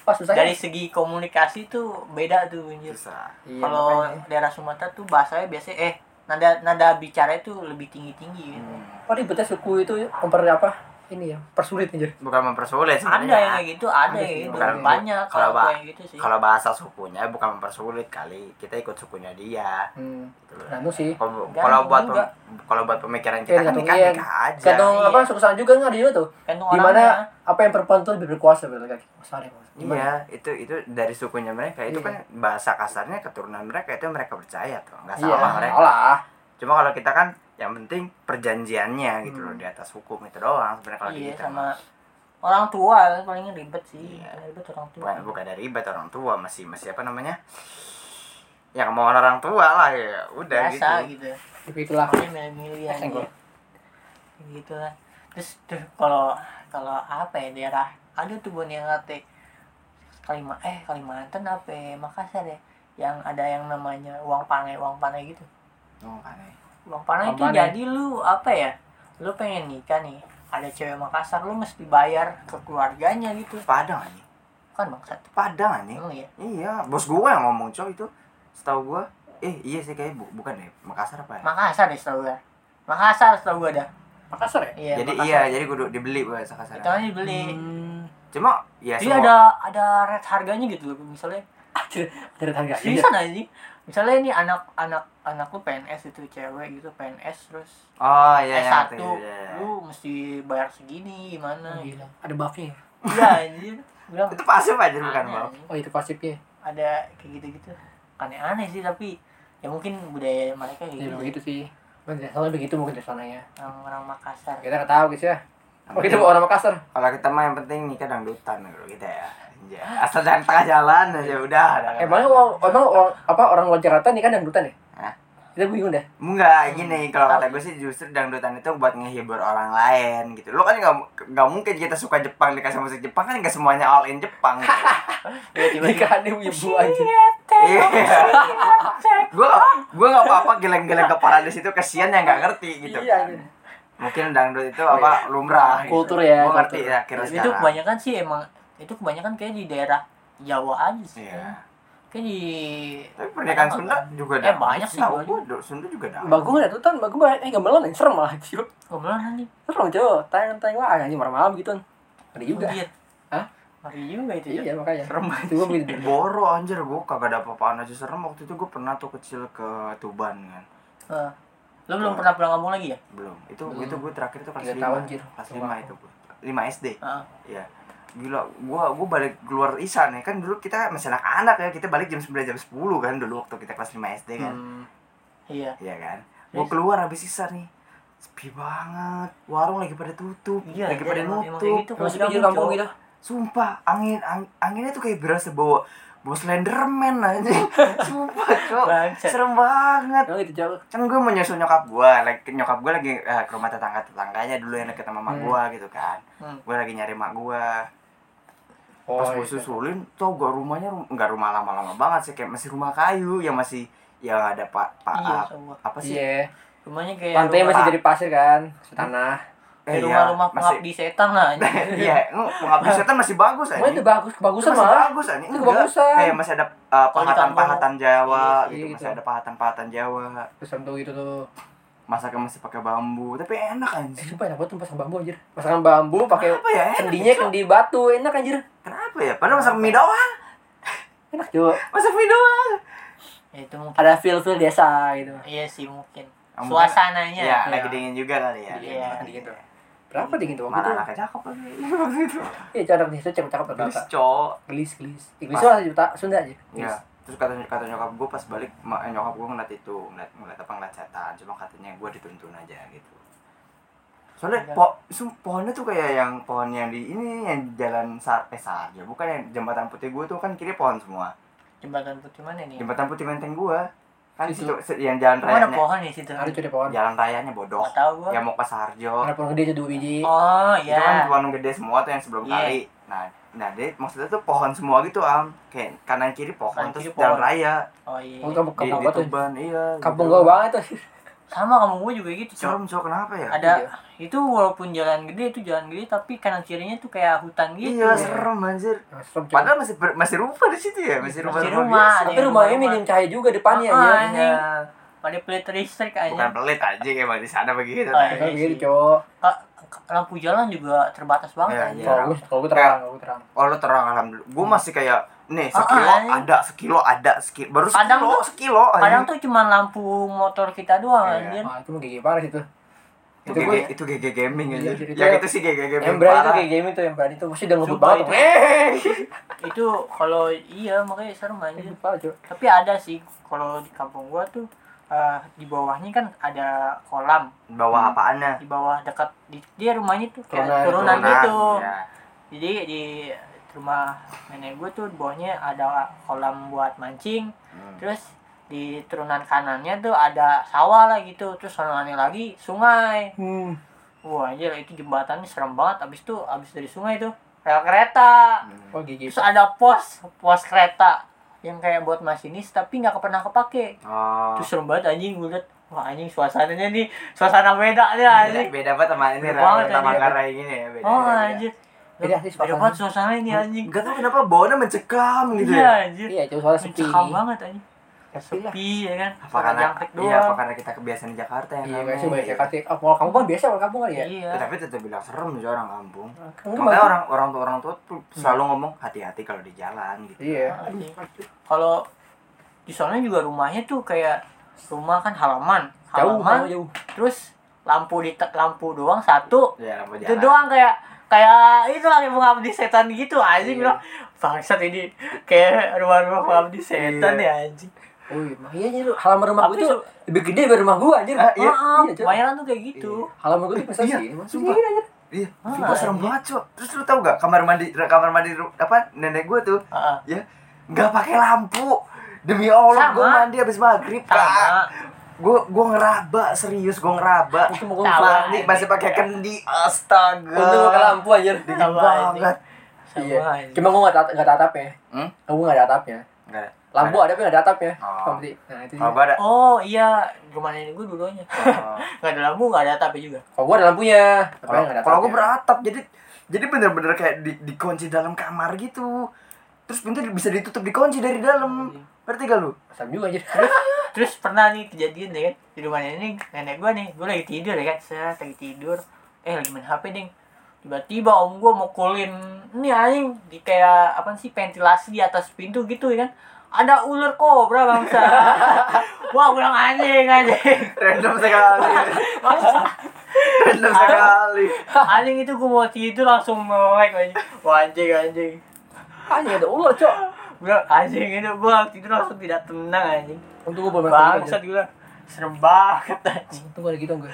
B: Pas susah ya?
A: Dari
B: guys.
A: segi komunikasi tuh beda tuh
C: enggak?
A: anjir.
C: Susah.
B: Iya,
A: Kalau
B: makanya.
A: daerah Sumatera tuh bahasanya biasanya eh nada nada bicara itu lebih tinggi-tinggi gitu.
B: Oh ribetnya suku itu memper apa? Ini ya, persulit anjir.
C: Bukan mempersulit
A: ada
C: sebenarnya.
A: yang kayak gitu ada
B: Ada
A: yang
B: sih,
A: gitu
B: bukan-
A: banyak
C: kalau
A: kalau
C: ba-
A: yang gitu sih
C: kalau bahasa sukunya bukan mempersulit kali kita ikut sukunya dia
B: Hmm.
C: gitu loh.
B: Nah, itu sih.
C: kalau
A: Gantung
C: kalau buat pem-
A: juga.
C: kalau buat pemikiran
B: Iya,
C: kita kan
B: gantung
C: nikah
B: iya.
C: nikah aja
B: Gantung
A: Iya.
B: apa susah juga nggak ada juga tuh.
A: kan tuh orangnya
B: Gimana apa yang perempuan tuh lebih berkuasa gitu? berarti kaki. Sorry, Bos. ya, Gimana?
C: iya itu itu dari sukunya mereka itu
B: Iya.
C: kan bahasa kasarnya keturunan mereka itu yang mereka percaya tuh
B: Iya,
C: nggak salah mereka
B: salah.
C: cuma kalau kita kan yang penting perjanjiannya gitu
B: Hmm.
C: loh di atas hukum itu doang sebenarnya kalau Ah, di
A: iya
C: kita
A: sama orang tua kan paling ribet sih
C: Iya.
A: Paling ribet orang tua
C: bukan bukan dari ibat orang tua masih masih apa namanya yang mau orang tua lah ya udah
A: biasa
C: gitu
A: gitu
B: Begitulah.
A: makanya milih-milih aja
B: Senggol.
A: gitu lah terus tuh kalau kalau apa ya daerah ada tuh bon yang ngate Kalima, eh Kalimantan apa ya? Makassar ya yang ada yang namanya uang panai uang panai gitu
C: Oh, aneh.
A: Uang panah
B: Uang
A: itu
B: panah.
A: jadi lu apa ya? Lu pengen nikah nih, ada cewek Makassar, lu mesti bayar ke keluarganya gitu.
C: padang anjing
A: Kan bangsat.
C: padang anjing
A: Emang ya?
C: Iya, bos gue yang ngomong coy itu. Setahu gue, eh iya sih kayak bu- bukan deh, Makassar apa ya?
A: Makassar deh setahu gua. Makassar setahu gua dah.
B: Makassar ya?
A: Iya.
C: jadi iya, jadi gue dibeli gue Makassar.
A: Itu kan dibeli.
B: Hmm.
C: Cuma ya
A: Jadi
C: semua.
A: ada ada rate harganya gitu loh. Misalnya
B: Dari
C: Ya,
B: harga Iya.
A: di
C: iya.
A: sana ini misalnya nih anak anak anak lu PNS itu cewek gitu PNS terus
C: Oh iya iya,
A: S1
C: ngerti, iya, iya. Hmm.
A: lu mesti bayar segini gimana gitu.
B: Gila. Ada buffnya. ya?
A: Iya anjir. Bilang
C: Itu pasif aja bukan
A: aneh,
C: bang.
A: anjing.
B: Oh itu pasifnya.
A: ada kayak gitu-gitu aneh aneh sih tapi ya mungkin budaya mereka kayak
B: Ya
A: gitu
B: begitu sih. Mungkin dari sana begitu mungkin dari sananya.
C: Iya,
A: orang, orang Makassar
B: Kita nggak tahu guys ya. Oh,
A: gitu,
B: kita orang Makassar.
C: Kalau kita mah yang penting nikah dangdutan kalau kita ya. Anjay. Asal jangan tengah jalan aja udah.
A: Eh,
B: Emangnya orang, emang orang apa orang luar Jakarta nih kan dangdutan ya?
C: Hah?
B: Kita bingung dah.
C: Enggak, gini kalau kata gue sih justru dangdutan itu buat ngehibur orang lain gitu. Lo kan nggak nggak mungkin kita suka Jepang dikasih musik Jepang kan nggak semuanya all in Jepang. Gitu.
A: tiba-tiba
B: Nikahannya ibu aja. Gitu.
C: Iya. Gue gue nggak apa-apa geleng-geleng kepala di situ kesian yang nggak ngerti gitu.
B: Iya,
C: kan.
B: iya.
C: Mungkin dangdut itu apa lumrah.
B: Kultur ya,
C: Gue ngerti
B: kultur.
C: ya kira
A: itu kebanyakan sih emang itu kebanyakan kayak di daerah Jawa aja sih
C: Iya.
A: kayak di
C: Tapi pernikahan
A: Padahal
C: Sunda juga
A: Eh,
C: dangdut.
A: banyak sih,
C: Tahu
A: banyak.
C: gue do- Sunda juga dangdut.
B: Bagus dangdutan, bagus banget. Eh gamelan yang serem malah cuy.
A: Gamelan oh, nih
B: Serem cuy. Tayang-tayang wah anjing malam-malam gitu. Ada juga.
A: Meriah.
B: Hah?
A: Meriah juga itu ya
B: Iya makanya. gitu.
A: serem banget
B: Itu gue beli dulu.
C: Boro anjir gue kagak ada apa-apaan aja serem waktu itu gue pernah tuh kecil ke Tuban kan
A: Eh, lo belum pernah pulang kampung lagi ya
C: belum itu
B: Belum.
C: itu gue terakhir itu kelas
B: Tiga
C: lima
B: tahun, Jir.
C: kelas
B: Sama
C: lima
B: aku.
C: itu gue lima SD
A: Heeh.
C: ya gila gue gue balik keluar Isa nih kan dulu kita masih anak-anak ya kita balik jam 9 jam 10 kan dulu waktu kita kelas 5 SD
B: Hmm.
C: kan
A: iya
C: Iya kan gue keluar habis Isa nih sepi banget warung lagi pada tutup
A: iya
C: lagi pada nutup
B: Masih pinggir kampung gitu.
C: Sumpah, angin, ang- anginnya tuh kayak berasa bawa bawa Slenderman aja. Sumpah, cok.
A: Bangsat.
C: Serem banget.
B: Nah, gitu jauh.
C: Kan gue mau nyusul nyokap gue, like, nyokap gue lagi eh, ke rumah tetangga-tetangganya dulu yang deket sama mak
B: Hmm.
C: gue gitu kan.
A: Hmm.
C: Gue lagi nyari mak gue.
B: Oh,
C: Pas gue susulin, tau gak rumahnya, rum- nggak rumah lama-lama banget sih. Kayak masih rumah kayu yang masih, yang ada pak, pak,
A: iya
C: ap-
A: sama
C: apa sih? Eh,
B: Iya.
A: rumahnya kayak
B: Lantainya
A: rumah-
B: masih dari pasir kan, tanah.
A: kayak
C: Eh, iya,
A: rumah-rumah
C: masih-
A: pengabdi setan lah anjing.
C: Iya, pengabdi setan masih bagus aja.
B: Wah itu bagus, kebagusan
C: masih
B: malah.
C: bagus anjing.
B: Itu
C: Enggak.
B: kebagusan.
C: Kayak masih ada uh,
A: Kalau di
C: pahatan-pahatan Jawa
B: Iya,
C: gitu,
B: iya,
C: masih
B: gitu.
C: ada pahatan-pahatan Jawa.
B: Pesan tuh gitu tuh.
C: Masaknya masih pakai bambu, tapi enak
B: Eh,
C: anjing.
B: sumpah enak banget tuh masakan bambu anjir. Masakan bambu pakai
C: Kenapa ya? Enak.
B: kendinya kendi batu, enak anjir.
C: Kenapa ya? Padahal masak mie doang.
B: Enak juga.
C: Masak mie doang.
A: Ya, itu mungkin
B: Ada feel-feel desa gitu.
A: iya sih mungkin
C: Ah, mungkin-
A: suasananya
C: Iya,
B: Iya. gitu.
C: lagi dingin juga kali ya.
A: ya. Iya,
C: Iya.
B: dingin tuh. Berapa dingin tuh
C: Mana
B: waktu itu?
C: anaknya cakep lagi. Waktu itu.
B: Iya, cocok nih, cocok cakep
C: Terus
B: rata.
C: cowok.
B: Gelis, gelis. Gelis lah juta Sunda aja.
C: Iya.
B: Gelis.
C: Terus kata kata nyokap gue pas balik ma- eh, nyokap gue ngeliat itu, ngeliat ngeliat apa ngeliat setan. Cuma katanya gue dituntun aja gitu. Soalnya
A: Iya.
C: po, sum, pohonnya tuh kayak yang pohon yang di ini yang jalan sar eh Sarja, bukan yang jembatan putih gue tuh kan kiri pohon semua.
A: jembatan putih mana nih
C: Jembatan putih menteng gue kan
B: Situ.
C: situ se- yang jalan
A: Emang ada
C: rayanya
A: pohon ya situ
B: Ada cuy pohon.
C: jalan rayanya bodoh
A: nggak tahu gua
C: yang mau ke Sarjo
B: Ada pohon gede aja dua biji.
A: oh
C: itu kan
A: ya
C: pohon gede semua tuh yang sebelum
A: Iya.
C: kali nah nah dia maksudnya tuh pohon semua gitu am kayak kanan kiri pohon
A: Kanan
C: terus
A: kiri
C: jalan
A: pohon.
C: raya
A: oh iya
B: Oh, kampung
C: di,
B: kampung
C: di
B: gua tuh.
C: Tuban iya
B: Kampung
C: gitu.
B: gua banget tuh.
A: sama kamu gua juga gitu cok
C: serem cok kenapa ya
A: ada itu walaupun jalan gede itu jalan gede tapi kanan kirinya tuh kayak hutan gitu
C: iya serem anjir
B: Nah, serem, cuy.
C: padahal masih ber- masih rumah di situ ya masih rumah
A: Masih rumah,
C: rumah, biasa.
B: Tapi rumahnya minim cahaya juga depannya
A: Ah,
B: anjir.
A: anjing.
C: Iya.
A: pada pelit listrik
C: bukan
A: aja
C: pelit aja emang di sana begitu
A: Oh, iya.
B: Kan gitu, cowok.
A: Ka- ka- lampu jalan juga terbatas banget
C: Iya,
A: anjing.
C: iya.
B: Kalau gue, kalau gue terang, kalau gue terang.
C: Oh lu terang alhamdulillah. Gue masih kayak
A: Hmm.
C: nih
A: Ah,
C: sekilo
A: ah, iya.
C: ada, sekilo ada, sekilo baru sekilo,
A: Kadang tuh-
C: sekilo.
A: kadang tuh cuma lampu motor kita doang
C: Iya.
A: anjir
B: Wah, Ah, itu mah gigi parah itu.
C: itu
B: Itu
C: GG,
B: gue
C: itu GG gaming aja.
B: Iya, jadi
C: Yang
B: kayak-
C: itu sih GG gaming.
B: yang berani tuh
C: parah.
B: kayak game itu yang berani tuh mesti udah ngebut
A: Sumpah
B: banget.
A: itu.
B: tuh. Eh,
A: itu kalau iya makanya serem anjir
B: ngebut parah, cuy.
A: tapi ada sih kalau di kampung gua tuh eh, di bawahnya kan ada kolam
C: Bawa
A: Hmm.
C: apaannya?
A: di bawah dekat di, dia rumahnya tuh
B: Turunan,
A: kayak turunan,
B: Nah,
C: Turunan,
A: gitu
C: iya.
A: jadi di rumah nenek gue tuh di bawahnya ada kolam buat mancing
C: Hmm.
A: terus di turunan kanannya tuh ada sawah lah gitu terus kanannya lagi sungai
B: Hmm.
A: wah anjir itu jembatannya serem banget abis itu abis dari sungai tuh rel kereta
C: Hmm.
B: Oh gigi.
A: terus ada pos pos kereta yang kayak buat masinis tapi nggak pernah kepake
C: Oh.
A: terus serem banget anjing gue liat wah anjing suasananya nih suasana beda nih anjing
C: Beda, beda banget sama ini
A: Beda
C: Rang.
A: banget,
C: sama
A: anjing.
C: Manggarai gini ya beda.
A: oh
C: beda, beda.
A: anjir
B: Beda sih
A: beda
B: suasananya.
A: banget suasana ini anjing
C: Gak tau kenapa baunya mencekam gitu ya.
A: iya anjir
B: Iya, cuma soalnya sepi.
A: mencekam banget anjing
B: Sepi lah.
A: sepi ya kan
C: Apa
A: suara
C: karena
A: jangkrik
C: iya, apa
A: doang
C: karena kita kebiasaan di Jakarta ya
B: Iya,
C: namanya.
B: biasanya banyak yang kasih. Oh, kalau kamu kan biasa kalau kamu kali ya.
A: iya
C: Ya, tapi tetap bilang serem sih orang kampung.
B: Kamu kan
C: Makanya
B: bagus.
C: orang orang tua orang tua tuh selalu ngomong hati-hati kalau di jalan gitu.
B: Iya.
A: Anjing. kalau di sana juga rumahnya tuh kayak rumah kan halaman
B: Jauh,
A: halaman
B: jauh, jauh.
A: terus lampu di lampu doang satu
C: Ya, lampu
A: itu
C: jalan.
A: doang kayak kayak itu lagi pengabdi setan gitu anjing
C: Iya.
A: loh bangsat ini kayak rumah-rumah pengabdi setan ya
C: Iya.
A: anjing
B: Oh iya, makanya anjir, halaman rumah gue
A: Tapi
B: itu
A: su-
B: lebih gede dari rumah gue anjir.
C: Ah, iya.
A: Maaf,
B: Iya, Cok.
A: kebanyakan tuh kayak gitu
B: Halaman gue tuh besar
C: Iya,
B: sih. Masih
C: sumpah.
B: gini anjir.
C: Iya, Iya,
A: Ah,
C: gue serem
A: iya.
C: banget, Cok. Terus lu tau gak kamar mandi kamar mandi ru- apa nenek gue tuh
A: Heeh.
C: ya nggak pakai lampu. Demi Allah,
A: Sama.
C: gue mandi habis maghrib,
A: Sama.
C: Kak. Gue gue ngeraba, serius gue ngeraba.
B: Untung gua
A: Tawa.
C: Mandi masih pakai kendi. Astaga.
B: Untung gua ke lampu anjir.
C: Dingin
A: Tawa,
C: banget.
A: Sama
B: Iya.
A: aja.
B: Cuma gua enggak enggak ada atapnya.
C: Hmm?
B: Gua enggak ada atapnya.
C: Nggak ada.
B: Lampu ada tapi enggak ada atapnya.
C: Oh.
B: Paham sih? Nah, itu.
C: Kalau gue ada.
A: Oh iya, rumah nenek gue dulunya.
C: Oh.
A: Gak ada lampu, gak ada tapi juga.
B: Kalau gua ada lampunya, tapi
C: Kalau-
B: enggak ada.
C: Kalau gue
B: atapnya.
C: beratap, jadi jadi bener-bener kayak di, dikunci dalam kamar gitu. Terus pintu bisa ditutup dikunci dari dalam. Ngerti gak lu?
B: Asam juga anjir.
A: Terus pernah nih kejadian deh kan di rumah nenek nenek gue nih, gue lagi tidur ya kan, set lagi tidur, eh lagi main HP ding. Tiba-tiba om gue mukulin ini anjing di kayak apa sih ventilasi di atas pintu gitu ya kan. Ada ular kobra bangsa. Wah kurang anjing anjing.
C: Random sekali. Random sekali.
A: Anjing itu gue mau tidur langsung melek anjing. Wah anjing anjing.
B: Anjing ada ular, Cok.
A: Gue anjing itu gue tidur langsung tidak tenang anjing.
B: Untung gua belum
A: Bangsat gue serem banget anjing.
B: Untung gua ada gitu enggak.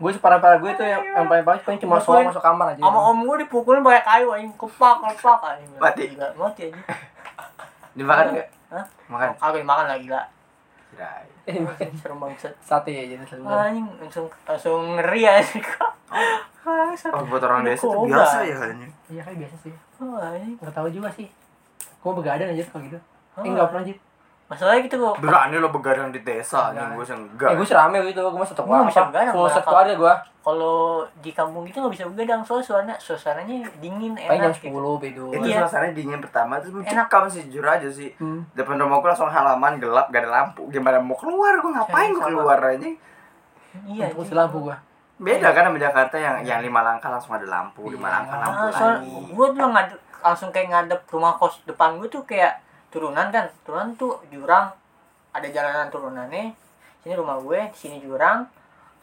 B: Gua separah-parah gue itu yang yang paling paling cuma suara
A: Mukulin.
B: masuk kamar aja.
A: Sama om gue dipukulin pakai kayu anjing kepak kepak anjing.
C: Mati.
A: Gila, mati anjing.
C: Dimakan gak?
A: Hah?
C: Makan.
A: Kagak makan lagi lah.
C: Kirain.
B: Iya.
A: Serem banget.
B: Sate aja satu.
A: Anjing langsung langsung ngeri anjing. Bangsat.
C: Oh, buat orang
A: Ada
C: desa tuh
A: kobra.
C: biasa ya kayaknya.
B: Iya kan biasa sih.
A: Oh, anjing.
B: Enggak tahu juga sih. Gua begadang aja kalau gitu.
A: Oh.
B: Eh enggak pernah anjir.
A: Masalahnya gitu gue
C: Berani lo begadang di desa nih,
B: Enggak.
C: gue sih
B: Eh
C: enggak.
B: gua serame gitu, gua masih
A: Gua
B: setua.
A: bisa begadang,
B: Full
A: malah.
B: setua aja gua.
A: kalau di kampung gitu nggak bisa begadang soalnya suaranya suasananya dingin
B: Paling jam
A: enak gitu.
B: 10 bedo.
C: Itu
A: Iya.
C: suasananya dingin pertama terus
A: Enak.
C: mencekam sih jujur aja sih.
B: Hmm.
C: Depan rumah gue langsung halaman gelap, gak ada lampu. Gimana mau keluar? Gue ngapain gue
A: Sama.
C: keluar aja?
A: Iya.
B: Iya,
A: anjing.
B: mesti lampu gua.
C: Beda kan sama Jakarta yang yang lima langkah langsung ada lampu, lima
B: Iya.
C: langkah lampu
A: Ah, soal
C: lagi.
A: gue tuh ngadep, langsung kayak ngadep rumah kos depan gue tuh kayak turunan kan turunan tuh jurang ada jalanan turunannya sini rumah gue di sini jurang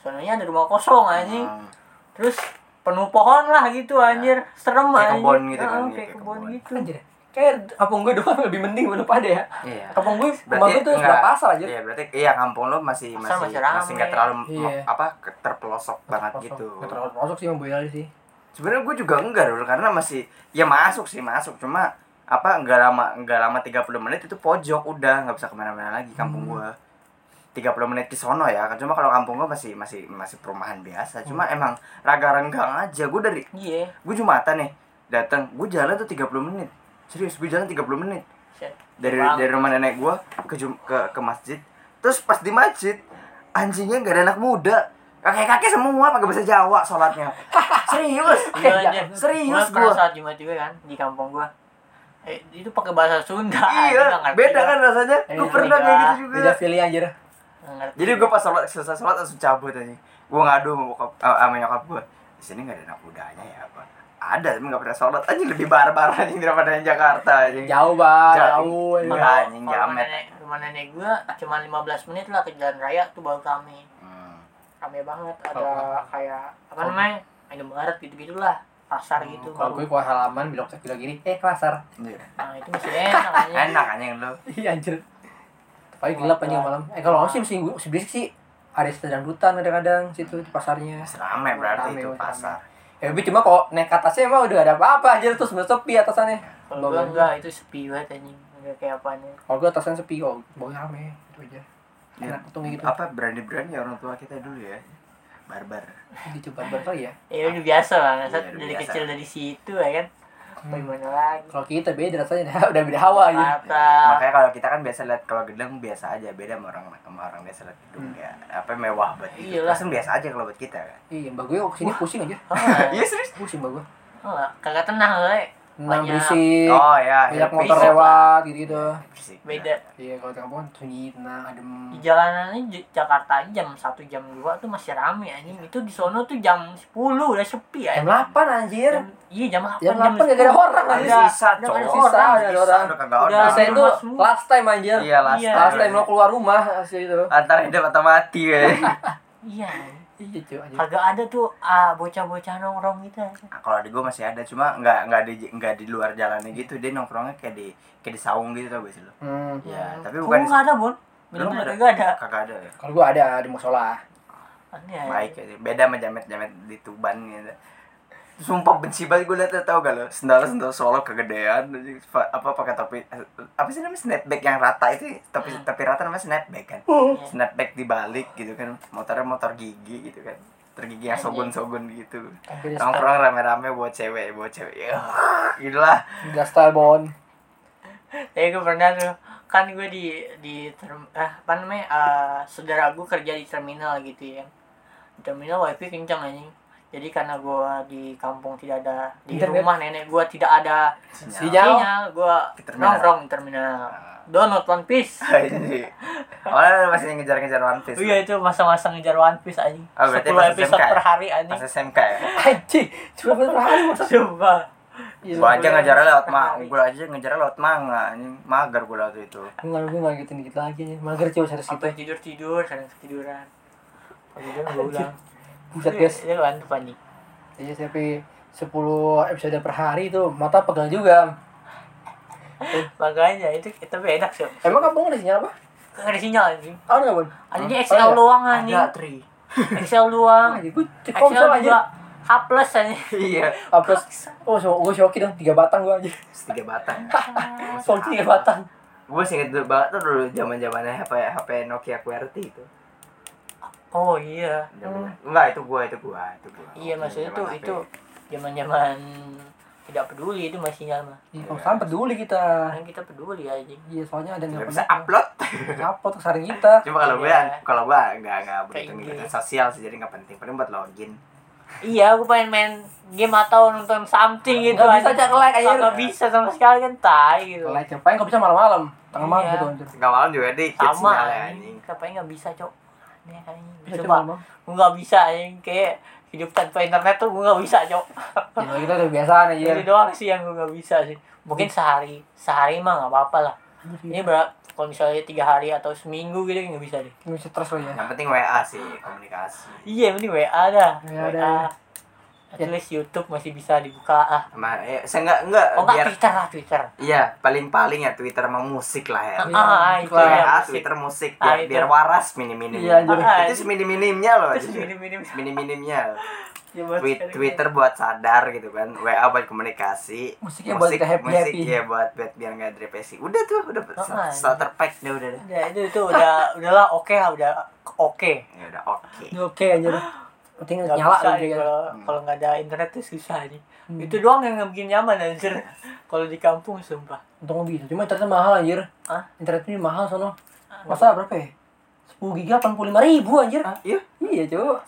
A: soalnya ada rumah kosong anjing
C: Hmm.
A: terus penuh pohon lah gitu anjir serem
C: Ya. Kayak
A: anjir
C: kebon gitu
A: Ah,
C: kan,
A: kayak
C: kayak
A: kebon
C: kebon.
A: gitu
B: Anjir. ya. Kayak kampung gua doang lebih mending belum ada ya.
C: Iya.
B: Kampung gua, rumah gua tuh sebelah
C: enggak.
B: pasar aja.
C: Iya, berarti iya kampung lo masih
A: Pasar
C: masih
A: masih rame.
C: masih nggak terlalu
B: Iya.
C: ma- apa ke- terpelosok banget gitu.
B: Nggak terlalu masuk sih memboyal sih.
C: Sebenarnya gue juga enggak dulu karena masih ya masuk sih masuk cuma apa enggak lama enggak lama 30 menit itu pojok udah nggak bisa kemana-mana lagi kampung
B: Hmm.
C: gua 30 menit di sono ya cuma kalau kampung gua masih masih masih perumahan biasa cuma emang raga renggang aja gue dari
A: iya
C: gue jumatan nih datang gue jalan tuh 30 menit serius gue jalan 30 menit
A: Set.
C: dari
A: Bang.
C: dari rumah nenek gue ke jum- ke ke masjid terus pas di masjid anjingnya gak ada anak muda kakek kakek semua pakai bahasa Jawa sholatnya serius
A: Iya, anjir.
C: serius
A: Gua
C: gue
A: pernah saat Jumat juga kan di kampung gua. Eh, itu pakai bahasa Sunda. anjir,
C: iya
A: nggak ngerti
C: beda
A: gua.
C: kan rasanya
B: Iya,
C: gue pernah
A: iya.
C: kayak gitu juga
B: Beda feeling anjir.
A: Nggak ngerti.
C: jadi gue pas sholat selesai sholat langsung cabut aja gue ngadu sama bokap eh, sama nyokap gue di sini gak ada anak mudanya ya apa ada tapi gak pernah sholat aja lebih barbar aja daripada yang Jakarta aja
B: Jauh, Bang.
C: Iya. Jauh.
B: Jauh.
C: Iya.
A: Kalau-
B: anjir.
A: kalau
C: anjing,
A: rumah
C: jamet.
A: nenek, rumah nenek gua cuma 15 menit lah ke jalan raya tuh baru kami.
C: Hmm.
A: Rame banget
B: Kalau-
A: ada kayak apa namanya? Item barat gitu-gitu lah, pasar
C: Oh,
A: gitu.
B: Kalau
A: baru.
B: gue keluar halaman belok ke kiri, eh pasar.
C: Iya.
A: Nah, itu masih enak anjing.
C: enak anjing lu
B: Iya anjir. Tapi gelap anjir malam. Eh kalau malam sih mesti mesti berisik sih. Ada setan hutan kadang-kadang situ di pasarnya.
C: Rame berarti
B: Rame,
C: itu
B: rame.
C: pasar.
B: Ya tapi cuma kok naik ke atasnya emang udah ada apa-apa anjir terus bener sepi atasannya.
A: Kalau gua
B: Bangun.
A: enggak, itu sepi banget anjing. Enggak kayak apanya.
B: Kalau gue atasan sepi kok, bawahnya rame gitu aja.
C: Iya.
B: Enak untungnya gitu.
C: Apa berani-berani orang tua kita dulu ya. Barbar.
B: Gitu barbar kali ya.
A: Ya udah biasa lah, Nasat.
C: Iya, udah
A: dari
C: biasa.
A: kecil dari situ ya kan.
B: Hmm.
A: Bagaimana lagi?
B: Kalau kita beda rasanya dah, udah beda
C: Oh,
B: hawa anjir.
C: iya.
A: Mata.
C: Makanya kalau kita kan biasa lihat kalau gedung biasa aja beda sama orang sama orang biasa lihat gedung
B: Hmm.
C: ya. Apa mewah buat gitu.
A: Iyalah.
C: Kan biasa aja kalau buat kita kan.
B: Iya, mbak gue kok kesini pusing aja.
A: Ah,
C: Iya serius.
B: Pusing mbak gue.
A: Oh, kagak tenang loh, eh.
B: Nah,
A: Banyak-
B: berisik.
C: Oh ya,
B: Banyak motor
A: berisik.
B: lewat gitu-gitu.
C: Berisik.
A: Beda.
B: Iya, kalau di kampung kan sunyi, tenang, adem.
A: Di jalanan ini J- Jakarta aja jam 1 jam 2 tuh masih rame anjing. Itu di sono tuh jam 10 udah sepi anjing.
B: Jam 8 anjir.
A: Jam- Iya jam 8
B: Jam 8 gak ada
A: 10.
B: orang
C: Ada
B: anjir.
C: sisa,
A: ada
C: cowok.
B: sisa, ada orang.
C: Udah kagak
A: Udah
C: ada.
B: Masa itu
A: Rumah semua.
B: last time anjir.
C: Iya, last
A: Iya.
C: time.
B: Last time lo keluar rumah asli itu.
C: Antara hidup atau mati ya.
A: Iya.
B: Iya, cuy anjir.
A: Kagak ada tuh ah bocah-bocah nongkrong gitu. anjing.
C: Nah, kalau di gue masih ada cuma nggak nggak di nggak di luar jalannya gitu dia nongkrongnya kayak di kayak di saung gitu tau gak sih lo
B: Hmm.
C: Ya, tapi
A: Kalau
C: bukan di-
A: nggak ada, Bon.
C: Belum
A: Benar-benar
C: ada.
A: kagak ada. Iya,
C: kagak ada ya
B: Kalau gua ada di musola.
A: Aneh. anjing.
C: baik ya. beda sama jamet jamet di Tuban gitu sumpah benci banget gue liatnya tau gak lo sendal sendal solo kegedean fa- apa pakai topi eh, apa sih namanya snapback yang rata itu tapi
A: Iya.
C: tapi rata namanya snapback kan
A: Oh.
C: snapback dibalik gitu kan motornya motor gigi gitu kan tergigi yang sogun sogun gitu
B: Tapi dia style,
C: nongkrong rame rame buat cewek buat cewek ya gitulah
B: dia style bon.
A: Tapi gue pernah tuh kan gue di di term, eh, apa namanya eh, saudara gue kerja di terminal gitu ya di terminal wifi kencang anjing jadi karena gue di kampung tidak ada di
B: Internet.
A: rumah nenek gue tidak ada
B: Sinyal.
A: sinyal gue
C: Di terminal. Ah.
A: nongkrong di terminal download One Piece
C: awalnya masih ngejar ngejar one piece
A: Oh iya itu masa-masa ngejar One Piece anjing
C: Oh, berarti
A: sepuluh
C: pas
A: episode
C: SMK ya?
A: per hari
C: pas
A: anjing
C: SMK ya
B: Anjing, cuma bener hari masa.
A: coba Iya.
C: gue aja ngejar lewat manga
A: Hari.
C: gue aja ngejar lewat manga anjing mager gue waktu itu
B: Gue nggak gue ngagetin dikit lagi nih. Mager gitu. cuma satu situ.
A: sampai tidur tidur kadang ketiduran ketiduran gue ulang
B: Buset guys.
A: Iya kan tuh anjing
B: Iya tapi 10 episode per hari itu mata pegal juga.
A: makanya itu tapi enak sih
B: Emang kamu ada sinyal apa?
A: Gak ada sinyal anjing
B: Ada nggak bon?
A: Anjingnya
B: Hah?
A: Excel
B: Ada?
A: luang Ah, anjing
C: Oh, iya. ada Oh, iya. tri
A: Excel luang
B: Anjing, gue cek
A: Excel
B: komsel
A: juga
B: aja.
A: H plus anjing
C: iya
B: Apa? Oh, so, gue shoki dong, tiga batang gue aja.
C: tiga batang
B: Soal tiga batang.
C: gue inget dulu banget tuh dulu zaman zamannya HP HP Nokia QWERTY itu
A: oh iya
C: Zaman- enggak itu gue itu gue itu gue
A: iya maksudnya tuh itu zaman zaman tidak peduli itu masih sinyal mah
B: Iya, kalau sekarang peduli kita.
A: sekarang kita peduli anjing
B: Iya, soalnya ada yang
C: nggak
B: nelfon
C: bisa
B: kita.
C: upload
B: Upload ke saring kita.
C: cuma kalau gue
A: Iya.
C: kalau gue nggak nggak begitu
A: Kayak gitu.
C: ngikutin
A: gini.
C: sosial sih jadi nggak penting paling buat login
A: iya aku pengen main game atau nonton something gitu
B: Nggak bisa, Cak, like, anjing.
A: nggak bisa sama sekali kan tai gitu
B: Like yang paling kalau bisa malam-malam, tengah malam
A: Iya.
B: gitu anjir.
C: nggak malam juga dikit
A: sama
C: sinyalnya
A: anjing
C: anjing
A: tapi nggak bisa cok aneh anjing
B: Bisa
A: coba
B: malam.
A: gue nggak bisa anjing kayak hidup tanpa internet tuh gue nggak bisa cok
B: Ya, kita udah biasa aja.
A: Itu doang sih yang gue nggak bisa sih. Mungkin sehari, sehari mah nggak apa-apa lah.
B: Iya.
A: Ini berapa? Kalau misalnya tiga hari atau seminggu gitu nggak bisa deh.
B: Ini stres lo ya.
C: yang penting WA sih komunikasi
A: Iya, ini WA dah.
B: Ya, ada.
A: At least YouTube masih bisa dibuka ah.
C: sama eh, saya nggak nggak
A: Oh nggak
C: biar
A: Twitter lah Twitter.
C: Iya, paling-paling ya Twitter sama musik lah ya.
A: Ah,
B: Iya,
A: ah, itu
B: Twitter.
A: ya.
C: Iya,
A: musik.
C: Twitter musik
A: Ah,
C: biar,
A: itu.
C: biar waras minim-minim.
B: Iya, anjir.
A: Ah,
C: itu seminim-minimnya loh.
A: Terus
C: jujur.
A: minim-minim.
C: Seminim-minimnya.
A: Ya, buat
C: Tweet,
A: sekarang.
C: Twitter buat sadar gitu kan, WA buat komunikasi,
B: Musiknya Iya, buat kita happy-
C: musik
B: happy.
C: ya buat buat biar nggak depresi. Udah tuh, udah
A: Ah,
C: sta-
A: anjir.
C: starter pack udah udah. udah.
A: Udah itu itu udah udahlah oke lah udah oke.
C: Ya udah oke.
B: Ini Oke anjir. Penting
A: Nggak
B: nyala
A: bisa
B: kan.
A: iya.
B: lo
A: nih
B: juga.
A: kalau
C: Hmm.
A: kalau nggak ada internet tuh susah nih. Itu doang yang bikin nyaman anjir. kalau di kampung sumpah.
B: Untung bisa. Cuma internetnya mahal anjir.
A: Hah? Ah.
B: Internet ini mahal sono. Masa berapa ya? 10 giga 85 ribu anjir.
C: Ah, Iya,
B: Iya, coba.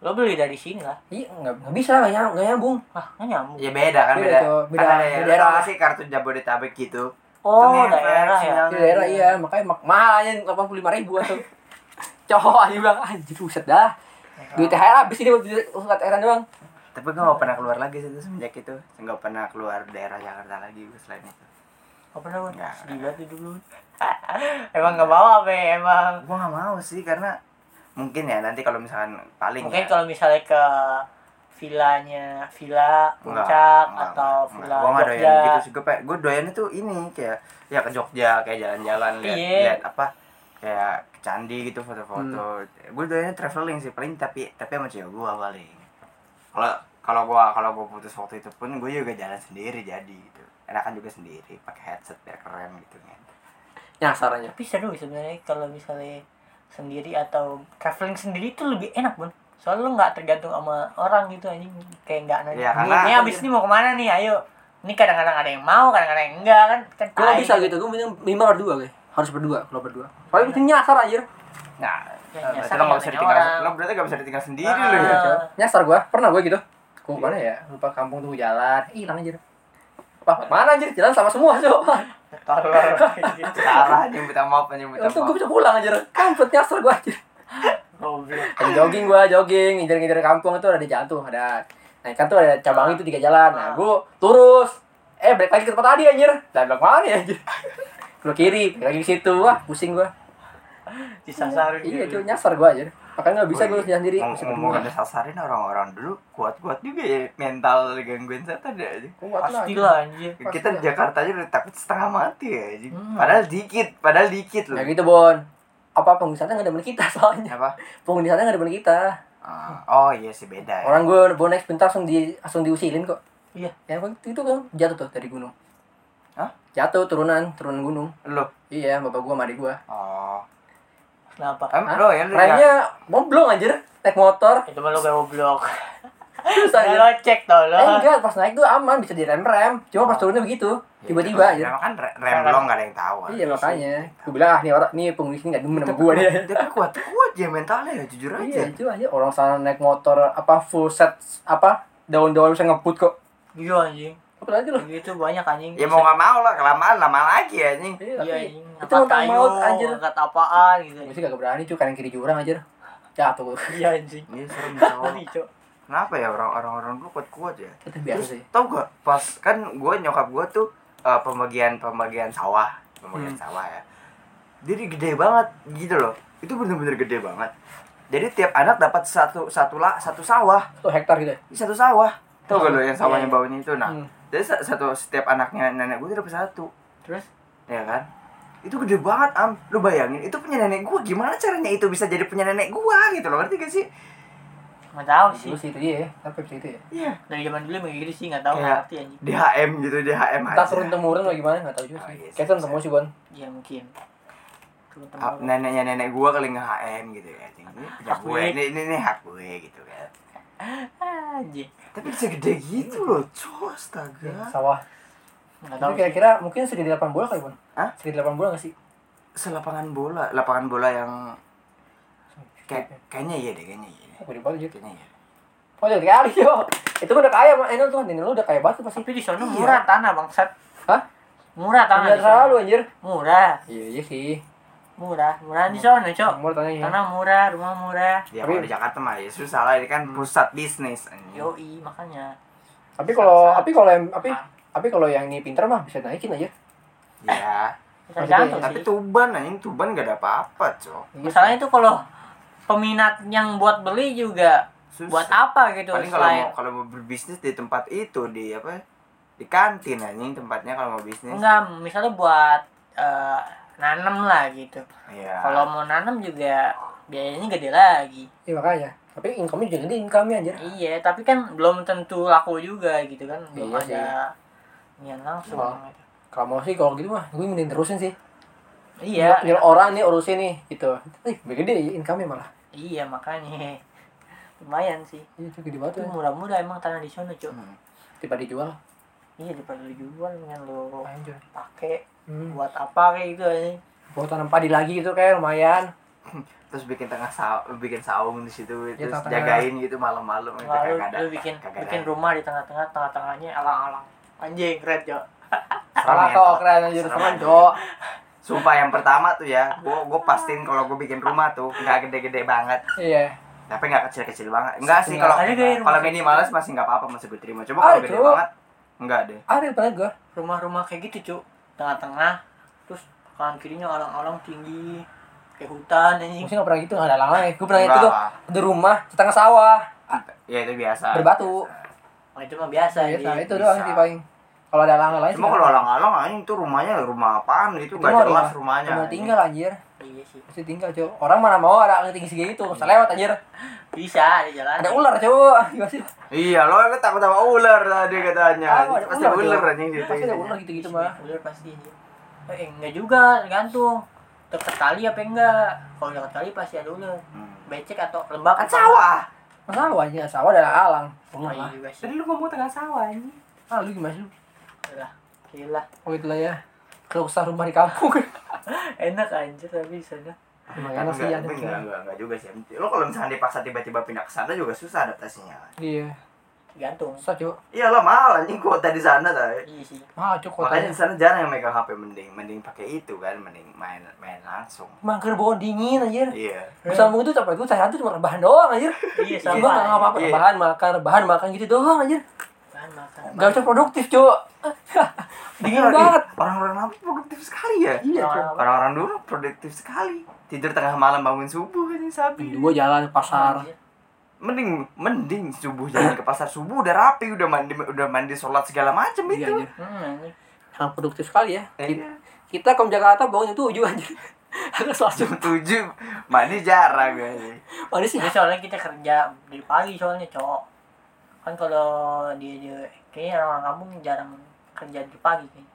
A: Lo beli dari sini lah.
B: Iya, nggak nggak bisa, nggak nyam- nggak nyambung.
A: Ah, nggak nyambung.
C: ya beda kan
B: Beda,
C: beda.
B: Cok. Beda-
C: Kan ada ya,
B: beda
C: lu tau
B: era.
C: gak sih kartu Jabodetabek gitu.
A: Oh,
C: Tuh, ngefek
A: daerah ya.
B: Di
C: sinyalnya.
B: daerah iya, makanya mak mahal aja 85 ribu atau cowok aja bilang anjir buset dah. Duit THR habis ini buat beli surat THR doang.
C: Tapi gue nggak pernah keluar lagi sih tuh, semenjak itu. Nggak pernah keluar daerah Jakarta lagi gue selain itu.
A: Apa namanya?
C: Nggak.
A: Sedih banget hidup lu. emang nggak bawa apa ya, emang.
C: gue nggak mau sih karena mungkin ya nanti kalau misalkan paling
A: Mungkin
C: ya,
A: kalau misalnya ke villanya, villa
C: Enggak,
A: puncak
C: enggak,
A: atau
C: enggak.
A: villa
C: gua nggak doyan
A: Jogja.
C: gitu sih gue gue doyan itu ini kayak ya ke Jogja kayak jalan-jalan lihat
A: Iya.
C: lihat apa kayak ke candi gitu foto-foto
A: Hmm.
C: gue doyan traveling sih paling tapi tapi sama cewek gue paling kalau kalau gue kalau gue putus waktu itu pun gue juga jalan sendiri jadi gitu enakan juga sendiri pakai headset biar keren gitu kan
B: Nyasar aja.
A: Tapi seru sebenarnya kalau misalnya sendiri atau traveling sendiri itu lebih enak bun. Soalnya lu nggak tergantung sama orang gitu anjing kayak nggak nanya.
C: Iya, karena-
A: ini abis ini mau kemana nih? Ayo. Ini kadang-kadang ada yang mau, kadang-kadang yang enggak kan. Kan
B: Gue nggak
A: tai.
B: bisa gitu, gue minimal, minimal berdua gue Harus berdua, kalau berdua Soalnya mesti nyasar anjir
C: nah
A: Ya,
C: berarti
A: nyasar
C: lo nggak
A: ya,
C: bisa
A: nanya
C: ditinggal
A: orang.
C: lo berarti nggak bisa ditinggal
A: Ah.
C: sendiri lo ya Cok.
B: Iya, Nyasar gue, pernah gue gitu Gue mana ya, lupa kampung tuh jalan Ih, hilang anjir Wah, mana anjir, jalan sama semua coba
A: Tolol kayak gitu.
C: Sarah yang minta maaf yang minta
B: Untung gue
C: maaf.
B: bisa pulang anjir Kampret nyasar gue anjir
A: Goblok.
B: Ada jogging gue, jogging Ngincer-ngincer kampung itu ada jalan tuh Ada naikkan tuh ada cabang itu tiga jalan Nah, gue lurus Eh, balik lagi ke tempat tadi anjir Dan belakang mana ya anjir Belok kiri, balik lagi ke situ Wah, pusing gue
A: disasarin
B: Iya,
A: gitu.
B: cuy, nyasar gue anjir Makanya gak bisa gue jalan sendiri
C: Ngom-
B: Bisa
C: ngomong
B: berdua
C: Oh, iya. ada sasarin orang-orang dulu kuat-kuat juga ya mental gangguan setan ya anjing.
B: Kuat lah,
A: pasti
B: anjir.
A: lah anjir
C: kita di Jakarta aja udah takut setengah mati ya anjing.
A: Hmm.
C: padahal dikit padahal dikit loh
B: Nah, Ya gitu Bon. Apa pengusaha nggak demen kita soalnya?
C: apa
B: Pengusaha nggak demen kita.
C: Ah, oh iya sih beda ya.
B: Orang gue gue naik pintar langsung di langsung diusilin kok.
A: Iya.
B: Ya waktu itu kan jatuh tuh dari gunung.
C: Hah?
B: Jatuh turunan turunan gunung.
C: Lu.
B: Iya bapak gue sama adik gue.
C: Oh.
A: Kenapa?
C: Em, lu ya lu. ya.
B: Remnya bomblong anjir naik motor
A: Itu mah lu kayak goblok.
B: terus
A: Nah,
B: anjir.
A: lo cek tau lo.
B: Eh enggak pas naik tuh aman bisa direm rem. Cuma
C: Oh.
B: pas turunnya begitu tiba-tiba aja.
C: Emang kan re- remblong gak ada yang tahu.
B: Iya makanya gue bilang ah nih orang nih pengulis ini gak demen sama gue dia.
C: Dia kuat kuat dia mentalnya ya jujur
B: Iya
C: aja.
B: itu aja orang sana naik motor apa full set apa daun-daun bisa ngeput kok.
A: Iya anjing.
B: Apa lagi lo?
A: Gitu banyak anjing.
C: Ya mau gak mau lah kelamaan lama lagi ya, anjing.
B: Iya
A: Iya
B: tapi
A: anjing.
B: itu
A: Angkat
B: tentang
A: kayu,
B: maut anjir. Iya,
A: angkat apaan gitu.
B: Gue sih kagak berani cuy kanan kiri jurang anjir. Jatuh gue.
A: Iya anjing.
C: Ini serem cowok.
A: Ngeri, Cok.
C: Kenapa ya orang- orang-orang dulu kuat-kuat ya?
B: Itu biasa Iya sih.
C: Tau gak pas kan gue nyokap gue tuh eh, pembagian pembagian sawah, pembagian
B: Hmm.
C: sawah ya. Jadi gede banget gitu loh. Itu bener-bener gede banget. Jadi tiap anak dapat satu satu la, satu sawah,
B: Satu hektar gitu. ya.
C: Ini satu sawah. Tau gak lo yang sawahnya
A: Iya, iya.
C: baunya itu nah.
B: Hmm.
C: Jadi sa- satu setiap anaknya nenek gue dapat satu,
A: Terus
C: ya kan? Itu gede banget am, lu bayangin itu punya nenek gue gimana caranya itu bisa jadi punya nenek gue gitu loh ngerti gak sih?
A: nggak tahu sih.
B: Dulu sih itu dia ya. Tapi bisa itu ya.
C: Iya.
A: Dari zaman dulu emang gitu sih nggak tahu nggak
C: Kayak-
A: ngerti anjing.
C: DHM gitu DHM aja.
B: Entah turun temurun atau gimana nggak tahu juga
C: Ah,
B: sih.
C: iya sih,
B: Kayak turun
C: bisa.
B: temurun sih Bon.
A: Iya mungkin. Turun
C: Ah,
A: temurun.
C: neneknya nenek gua kali nge HM gitu ya anjing. ini punya
A: Hak
C: gue
A: gue.
C: ini, ini ini hak gue gitu kan nah.
A: Ah, Anjing.
C: tapi bisa gede gitu loh cuy
A: Iya.
C: astaga
B: Sawah.
A: Nggak tahu.
B: Tapi
A: sih.
B: kira-kira mungkin segede delapan bola kali Bon.
C: Hah?
B: Segede delapan bola nggak sih?
C: selapangan bola lapangan bola yang kayak kayaknya iya deh kayaknya iya deh.
B: Aku di Eh, banget anjir.
C: kayaknya iya
B: Oh jadi kali yo. Itu kan udah kaya Eh, Bang. Enel tuh nenek lu udah kaya banget tuh pasti.
A: Tapi di sana
C: Iya.
A: murah tanah bangsat.
B: Hah?
A: Murah tanah
B: Enggak
A: di sana.
B: terlalu anjir.
A: Murah,
B: Iya iya sih.
A: murah, murah di sana, Cok.
B: Umur
C: Iya.
B: tanya ya.
A: Tanah murah, rumah murah.
C: ya
B: Tapi-
C: kalau di Jakarta mah ya susah lah ini kan
A: Hmm.
C: pusat bisnis anjing
A: Yoi, makanya.
B: Tapi kalau
A: Saat-
B: tapi kalau yang tapi
A: Ah.
B: tapi kalau yang ini pinter mah bisa naikin aja.
C: ya
A: Tergantung Iya sih.
C: tapi Tuban anjing Tuban gak ada apa-apa cok
A: Masalahnya itu kalau peminat yang buat beli juga
C: susah
A: buat apa gitu
C: paling kalau mau
A: selain
C: kalau mau berbisnis di tempat itu di apa di kantin anjing tempatnya kalau mau bisnis
A: enggak misalnya buat eh, nanam lah gitu.
C: ya
A: Kalau mau nanam juga biayanya gede lagi.
B: Iya makanya. Tapi income-nya juga gede income-nya anjir.
A: Iya, tapi kan belum tentu laku juga gitu kan. Belum
B: Iya sih.
A: ada niat langsung.
B: Oh. Kalau mau sih kalau gitu mah gue mending terusin sih.
A: Iya,
B: Nyuruh orang nih urusin nih gitu. Ih, gede income-nya malah.
A: iya makanya lumayan sih.
B: Iya, itu gede
A: Tapi
B: banget. tuh.
A: murah-murah emang tanah di sana, Cuk.
C: Hmm.
B: Tiba dijual.
A: Iya, daripada lu jual dengan lu
B: Anjir.
A: pakai
B: Hmm.
A: buat apa kayak gitu aja.
B: Buat tanam padi lagi gitu kayak lumayan.
C: terus bikin tengah sa bikin saung di situ
B: Ya,
C: terus
B: tengah-tengah.
C: jagain gitu malam-malam gitu
A: Lalu
C: kagak ada
A: lu bikin
C: kagak
A: bikin
C: ada
A: rumah di tengah-tengah, tengah-tengahnya alang-alang. Anjing, keren, Cuk.
C: Serem
B: Salah
C: ya,
B: kok
C: Tok.
B: keren anjir
C: Serem
B: teman
C: aja.
B: cok.
C: sumpah yang pertama tuh ya gua gua pastiin kalau gua bikin rumah tuh nggak gede-gede banget
B: Iya.
C: tapi nggak kecil-kecil banget enggak sih
B: Setengah
C: kalau
A: aja deh rumah
C: kalau
A: kecil.
C: minimalis masih nggak apa-apa masih gue terima
B: Ah,
C: coba kalau gede
B: itu.
C: banget enggak deh
B: Ada yang Ah, pernah gue.
A: Rumah-rumah kayak gitu, Cuk. Tengah-tengah, terus kanan kirinya alang-alang tinggi kayak hutan anjing.
B: Mungkin gak pernah gitu, gak ada lama ya. Gue pernah itu
C: Enggak
B: tuh,
C: lah.
B: di rumah, di tengah sawah.
C: ya itu biasa
B: Berbatu.
A: Oh, itu mah biasa,
B: Biasa,
A: anjing.
B: itu doang sih paling. Kalau ada lama lain
C: cuma kalau alang-alang anjing tuh rumahnya rumah apaan
B: Itu
C: gitu nggak
B: mah
C: jelas
B: rumah-
C: rumahnya
B: Mau
C: anjing.
B: tinggal anjir,
A: Iya sih.
B: mesti tinggal cowok. Orang mana mau ada angin tinggi segitu, mesti lewat anjir.
A: Bisa ada jalan.
B: Ada ular cowok, gimana sih?
C: iya lo lo takut sama ular tadi katanya
B: Ah, ada
C: pasti
B: ular,
C: ular
B: Cok.
C: anjing di
B: Pasti ada
C: tingginya.
B: ular gitu-gitu mah.
A: Ular Iya, pasti anjing. Eh, enggak juga, tergantung. Dekat kali apa enggak? Kalau dekat kali pasti ada ular.
C: Hmm.
A: Becek atau lembab
C: Kan sawah
B: Sawah anjir, sawah ada alang.
A: Oh,
B: Rumah
A: iya
B: lah.
A: juga sih.
C: lu ngomong tengah sawah anjing.
B: Ah, lu gimana sih? lu?
A: Udah. Gila.
B: Oh itulah ya. Kalau usah rumah di kampung.
A: Enak anjir tapi di sana.
B: Emang
C: Enggak,
B: enak sih
C: enggak,
B: ada.
C: enggak, enggak, enggak juga sih. Lo kalau misalnya dipaksa tiba-tiba pindah ke sana juga susah adaptasinya.
B: Iya,
A: Tergantung.
B: susah cowok.
C: Iya lah mahal anjing kuota di sana tadi.
A: Iya sih.
B: Ah, cowok kotanya.
C: Makanya di sana jarang yang megang HP mending mending pakai itu kan, mending main main langsung.
B: Mangker bawa dingin anjir.
C: Iya.
B: Bersambung itu sampai itu saya tuh cuma rebahan doang anjir.
A: Iya
B: Sama enggak
A: sama.
B: apa-apa,
C: Iya.
B: rebahan makan, rebahan makan gitu doang anjir.
A: Makan makan.
B: Gak bisa produktif, Cuk. Dingin
C: Orang-
B: banget.
C: Iya, Orang-orang lama produktif sekali ya.
B: Iya, Cuk.
A: Orang-orang
C: Orang-orang dulu produktif sekali. Tidur tengah malam bangun subuh ini sabi.
B: Dua jalan ke pasar.
A: Anjir.
C: Mending mending subuh jalan ke pasar subuh udah rapi, udah mandi udah mandi sholat segala macam
B: Iya,
C: itu.
B: anjir.
A: Hmm, anjir.
B: Sangat produktif sekali ya.
C: Iya.
B: Kita ke Jakarta bangun itu tujuh anjir. Agak selasa.
C: jam tujuh mandi jarang aja
B: Manis
A: Jadi soalnya kita kerja dari pagi soalnya cowok. Kan kalau dia, dia kayaknya orang kampung jarang kerja di pagi kayaknya.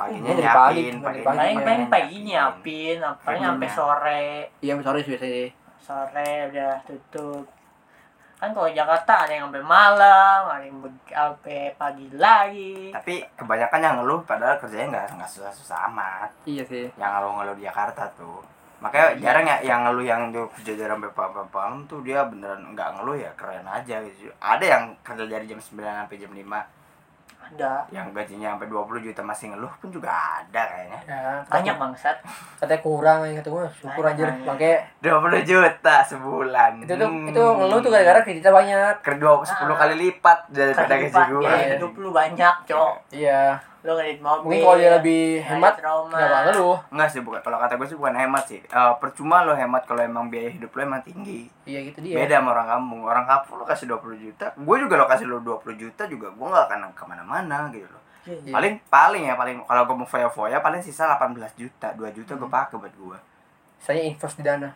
C: paginya
B: Dari pagi, dari
C: nyiapin paginya
B: pagi.
A: Paling
B: iya,
A: paling pagi nyiapin, apalagi
C: Iya.
A: sampai sore.
B: Iya, sorry biasanya.
A: Sore udah tutup. Kan kalau Jakarta ada yang sampai malam, ada yang be- sampai pagi lagi.
C: tapi kebanyakan yang ngeluh padahal kerjanya nggak nggak susah-susah amat
B: Iya sih.
C: yang ngeluh-ngeluh di Jakarta tuh
B: Iya.
C: makanya jarang ya yang ngeluh yang tuh kerja jarang sampai pa- malam tuh dia beneran nggak ngeluh ya keren aja gitu ada yang kerja dari jam 9 sampai jam 5
A: Ada.
C: yang gajinya sampai 20 juta masih ngeluh pun juga ada kayaknya
B: Ya,
A: Banyak bangsat.
B: katanya kurang yang kata gue syukur
A: Banyak,
B: anjir
A: banyak.
B: pakai
C: 20 juta sebulan
B: itu tuh
C: Hmm.
B: itu ngeluh tuh gara-gara kreditnya banyak
C: kedua 10
A: Ah.
C: kali lipat daripada
A: Kali
C: gaji
A: lipat,
C: gua
A: ya,
B: iya.
A: 20 banyak, cok.
B: iya
A: Lo ngedit mobil.
B: mungkin kalau dia lebih
A: ngedit
B: hemat
A: rumah.
B: kenapa ngeluh
C: Enggak sih, bukan. Kalau kata gue sih bukan hemat sih. Eh, percuma lo hemat kalau emang biaya hidup lo emang tinggi.
B: iya gitu dia
C: Beda sama orang kampung. Orang kampung lo kasih 20 juta, gue juga lo kasih lo 20 juta juga gue nggak akan kemana-mana gitu loh.
A: Iya, iya.
B: Iya.
C: Paling paling ya paling kalau gue mau foya-foya paling sisa 18 juta, 2 juta gue
B: Hmm.
C: pakai buat gue.
B: saya invest di dana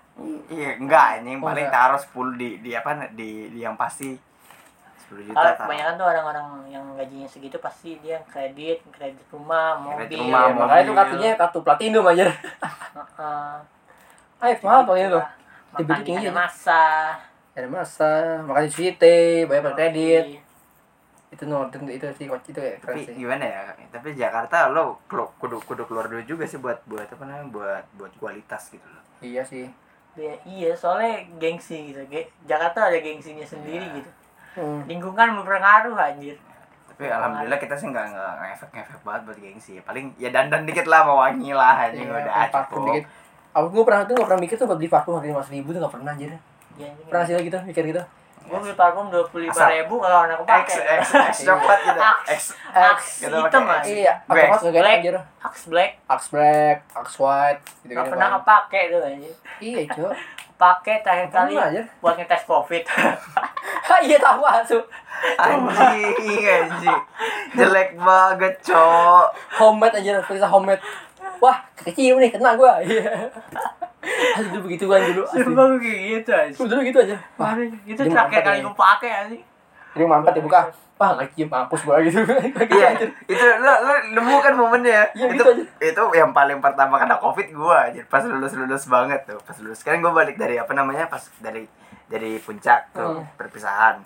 C: Iya, enggak anjing
B: Oh,
C: paling
B: enggak.
C: taruh 10 di di apa di, di yang pasti 10 juta
A: Kalau
C: taruh.
A: kebanyakan tuh orang-orang yang gajinya segitu pasti dia kredit, kredit rumah, mobil.
C: Kredit
B: Iya,
C: rumah, mobil.
B: makanya itu kartunya kartu platinum aja
A: Heeh.
B: ayo mahal pakai Ah, itu
A: Lah,
B: Dibidik
A: Makan
B: tinggi
A: ada
B: ya.
A: masa.
B: ada masa makanya cuite bayar pakai kredit itu no itu itu sih itu ya keren
C: tapi
B: sih
C: gimana ya tapi Jakarta lo kelu- kudu kudu keluar duit juga sih buat buat apa namanya buat buat kualitas gitu loh
B: iya sih
A: Iya, iya, soalnya gengsi gitu. Ge- Jakarta ada gengsinya sendiri
C: Iya.
A: gitu.
B: Hmm.
A: Lingkungan berpengaruh anjir.
C: tapi alhamdulillah kita sih nggak nggak ngefek ngefek banget buat gengsi paling ya dandan dikit lah mau wangi lah aja
B: Iya,
C: udah
B: pakai parfum
C: cukup
B: dikit. Aku gue pernah tuh gak pernah mikir tuh buat beli parfum harganya lima ribu tuh gak pernah anjir.
A: Ya,
B: Pernah sih lo gitu mikir gitu.
A: gue beli parfum dua puluh lima
C: Asal-
A: ribu kalau anak
C: X
A: pakai.
C: X X coklat gitu X
A: Axe
C: gitu
A: hitam
C: pakai
A: aja.
B: Iya, aku
C: Black,
B: pas gak
A: black.
B: anjir.
A: Axe black.
B: Axe black, axe white, gitu
A: Gak pernah kepake tuh anjir.
B: Iya, cuy.
A: Pakai terakhir kali
B: Pernah aja.
A: buat ngetes covid.
B: Iya tahu asu.
C: anjing anjing jelek banget cok
B: Homemade aja, tulisnya homemade. Wah, kecium nih, kena gua. Iya. Aduh, dulu begitu kan dulu. asli.
A: Sumpah gue kayak gitu anjir.
B: Dulu dulu gitu aja. Wah,
A: Kemarin itu
B: dia
A: terakhir
B: mampet
A: kali
B: ya.
A: gue pakai anjing.
B: ini mampet dibuka. Wah, gak cium mampus gua gitu.
C: Iya, itu lo lo nemu kan momennya.
B: Iya,
C: itu
B: gitu aja.
C: itu yang paling pertama kena covid gua anjir. Pas lulus lulus banget tuh. Pas lulus kan gua balik dari apa namanya pas dari dari puncak tuh
B: Hmm.
C: perpisahan.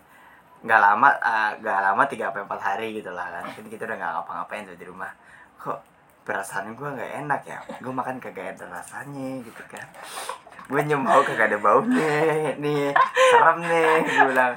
C: Gak lama, eh, nggak lama tiga sampai empat hari gitu lah kan. Kan kita udah gak ngapa-ngapain tuh di rumah. Kok perasaan gua nggak enak ya? Gua makan kagak ada rasanya gitu kan. Gue nyembau kagak ada baunya nih, serem nih, gue bilang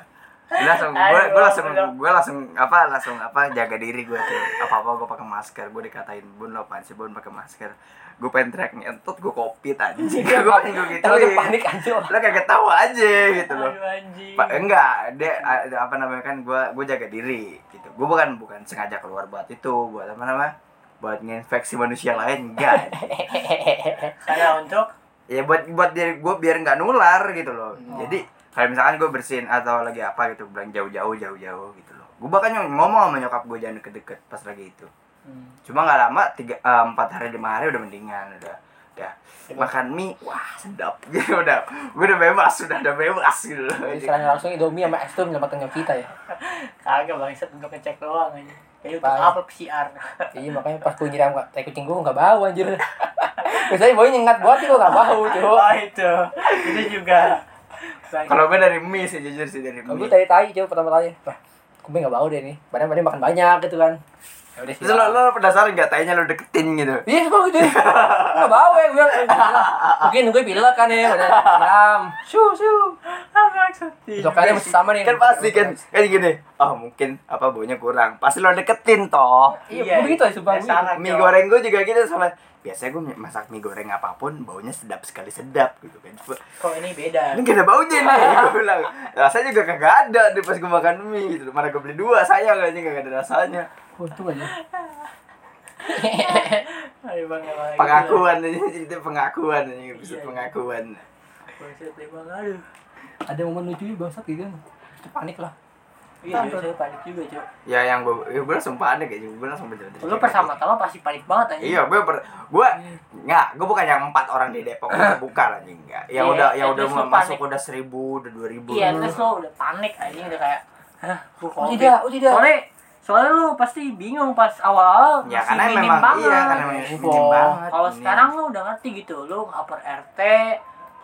C: gue langsung gue
A: Aduh,
C: gue langsung
A: belum.
C: gue langsung apa langsung apa jaga diri gue tuh apa apa gue pakai masker gue dikatain bun lo apaan sih bun pakai masker gue pengen teriak ngentut gue kopi tadi
A: Iya,
C: gue gue gitu
B: Terus panik anjir.
C: lo kayak ketawa aja gitu loh eh.
A: Aduh anjing.
C: Pa- enggak dia ada apa namanya kan gue gue jaga diri gitu gue bukan bukan sengaja keluar buat itu buat apa namanya buat nginfeksi manusia lain enggak
A: Karena untuk
C: ya buat buat diri gue biar nggak nular gitu loh
A: Hmm.
C: jadi kalau misalkan gue bersihin atau lagi apa gitu bilang jauh-jauh jauh-jauh gitu loh gue bahkan yang ngomong sama nyokap gue jangan deket-deket pas lagi itu cuma nggak lama tiga eh, empat hari lima hari udah mendingan udah udah makan mie wah sedap gitu udah gue udah bebas udah udah bebas gitu loh
B: Jadi Selain langsung Indomie sama es tuh menyelamatkan nyawa kita ya.
A: kagak bangsat untuk ngecek doang aja. Jadi untuk
B: Parah.
A: apa PCR?
B: Iya makanya pas gue nyiram tai kucing gue nggak bau anjir. Biasanya bau nyengat buat itu nggak bau cuy.
C: Iya.
A: Oh itu, itu juga. Bangsat.
C: kalau gue dari mie sih jujur sih dari
B: Kalau gue
C: mie
B: tadi tadi coba pertama kali, wah, gue nggak bau deh nih. Padahal padahal makan banyak gitu kan. Ya udah sih.
C: terus lo lo penasaran nggak tanya lo deketin gitu
B: Iya semua gitu. Nggak bau ya gue. Mungkin gue pilek kan ya. Padahal siram. Su su.
A: Ah, bangsat.
B: Besok kali masih sama nih.
C: kan pasti kan kan gini oh mungkin apa baunya kurang pasti lo deketin toh
B: Iya, begitu ya sumpah gue.
A: dasar,
C: mie
A: Cok.
C: goreng gue juga gitu sama biasanya gue masak mie goreng apapun baunya sedap sekali sedap gitu kan Gua,
A: Kok ini beda?
C: ini gak ada baunya nih gue bilang rasanya juga kagak ada nih pas gue makan mie gitu mana gue beli dua sayang aja kagak ada rasanya
B: Untung aja.
A: Ayo bang, ya,
B: Iya.
A: bang.
C: pengakuan ini itu pengakuan ini
A: Iya.
C: pengakuan
A: Bangsat, ya, bang. Aduh.
B: Ada momen lucu ya bangsat gitu kan. Panik lah.
A: Iya,
B: Iya,
A: saya panik juga, Cuk.
C: ya yang gue ya gue langsung panik aja gue langsung berjalan
A: Lu pertama-tama pasti panik banget anjing.
C: iya gue per gue nggak gue bukan yang empat orang di Depok gue bukan anjing enggak yang
A: Iya,
C: udah
A: at
C: yang udah
A: least lu
C: mulai masuk
A: panik.
C: udah seribu udah dua ribu Ya,
A: Iya, terus lo udah panik anjing udah kayak Hah, gua
B: Oh,
A: covid.
B: tidak, oh tidak.
A: Soalnya soalnya lu pasti bingung pas awal-awal
C: ya
A: masih
C: karena
A: minim
C: memang
A: banget.
C: iya karena memang
B: Info.
C: minim banget
A: Kalau
C: ini.
A: sekarang lu udah ngerti gitu, lu upper RT,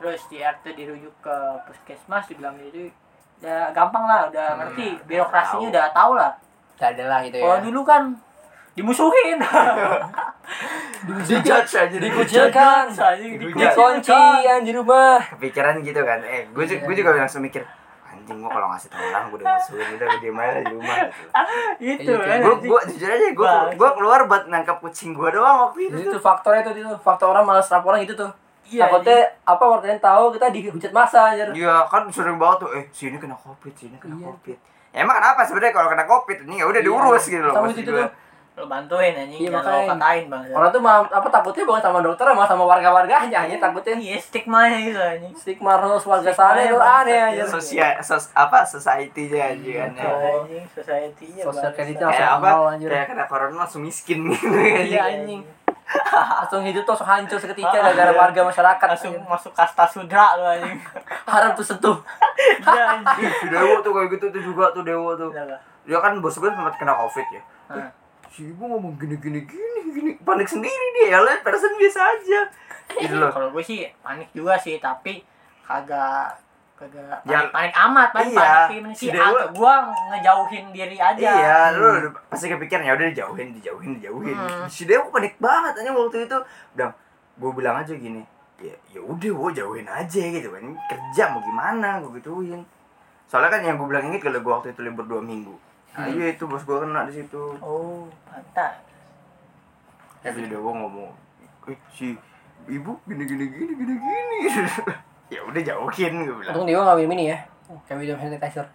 A: terus di RT dirujuk ke puskesmas dibilang gitu, ya gampang lah, udah
C: Hmm,
A: ngerti birokrasinya
C: tahu. Iya.
A: udah tahu lah.
B: Gak ada lah gitu ya.
A: Kalau dulu kan dimusuhin,
C: di judge aja
B: Dikucilkan.
A: anjing, ya.
C: Dihujat.
B: Dikunci yang di rumah.
C: kepikiran gitu kan eh gue ju- gue juga langsung mikir anjing gue kalau ngasih tau orang gue udah masukin udah gue diem aja di rumah gitu
A: Itu
B: Iya,
A: kan.
C: gue
A: anjing.
C: gue jujur aja gue gue keluar buat nangkap kucing gue doang waktu
B: Itu
C: itu tuh
B: tuh faktornya tuh, itu faktor orang malas laporan gitu tuh.
A: Iya,
B: Takutnya apa warganya tahu kita dihujat massa anjir.
C: Iya kan sering banget tuh, eh sini kena covid, sini kena
B: Iya.
C: covid. Ya emang kenapa sebenarnya kalau kena covid ini ya udah
B: Iya.
C: diurus gitu loh.
B: Tahu
C: maksud
B: itu
C: gua.
B: tuh.
A: Lu bantuin anjing,
B: Iya,
A: jangan lu
B: makanya.
A: katain bang.
B: Orang tuh ma- apa takutnya bukan sama dokter sama sama warga-warganya anjir takutnya
A: Iya, stigma gitu anjing.
B: stigma harus warga sana itu aneh anjir.
A: Sosial-
C: Iya, Sosia, sos, apa society-nya aja kan. ya.
B: Oh.
A: Anjing, society-nya.
B: Sosial gitu.
A: bangsa.
B: kreditnya
C: Kayak
B: Langsung
C: apa?
B: nol, anjir.
C: Kayak kena corona langsung miskin gitu.
B: Iya,
C: Iya.
B: anjing. Langsung hidup tuh langsung hancur seketika gara-gara warga masyarakat.
A: Langsung masuk kasta sudra lu anjing.
B: Harap tuh sentuh.
A: Iya, anjing.
C: Dewo tuh kayak gitu tuh juga tuh Dewo tuh.
A: Udah,
B: Iya.
A: Bang. Nah,
C: Dia kan bos gue sempat kena covid ya.
A: Hah.
C: Si ibu ngomong gini gini gini gini panik sendiri dia ya lain person biasa aja. Gitu loh.
A: kalau gue sih panik juga sih tapi kagak kagak panik,
C: Ya.
A: panik amat panik
C: Iya.
A: panik gimana sih
C: Si
A: ah,
C: Dewa.
A: gue ngejauhin diri aja
C: Iya, lu udah- pasti kepikiran ya udah dijauhin, dijauhin, dijauhin.
A: Hmm.
C: Si Dewo panik banget aja waktu itu. Udah, gue bilang aja gini, ya ya udah gue jauhin aja gitu kan. Kerja mau gimana, gue gituin. Soalnya kan yang gue bilang inget kalau gue waktu itu libur dua minggu. Nah, iya itu bos gue kena di situ.
A: oh pantas
C: Ya, si Dewo ngomong, eh, si ibu gini gini gini gini gini. ya udah jauhin gue bilang.
B: Untung dia nggak minum ini ya. Kayak minum hand sanitizer.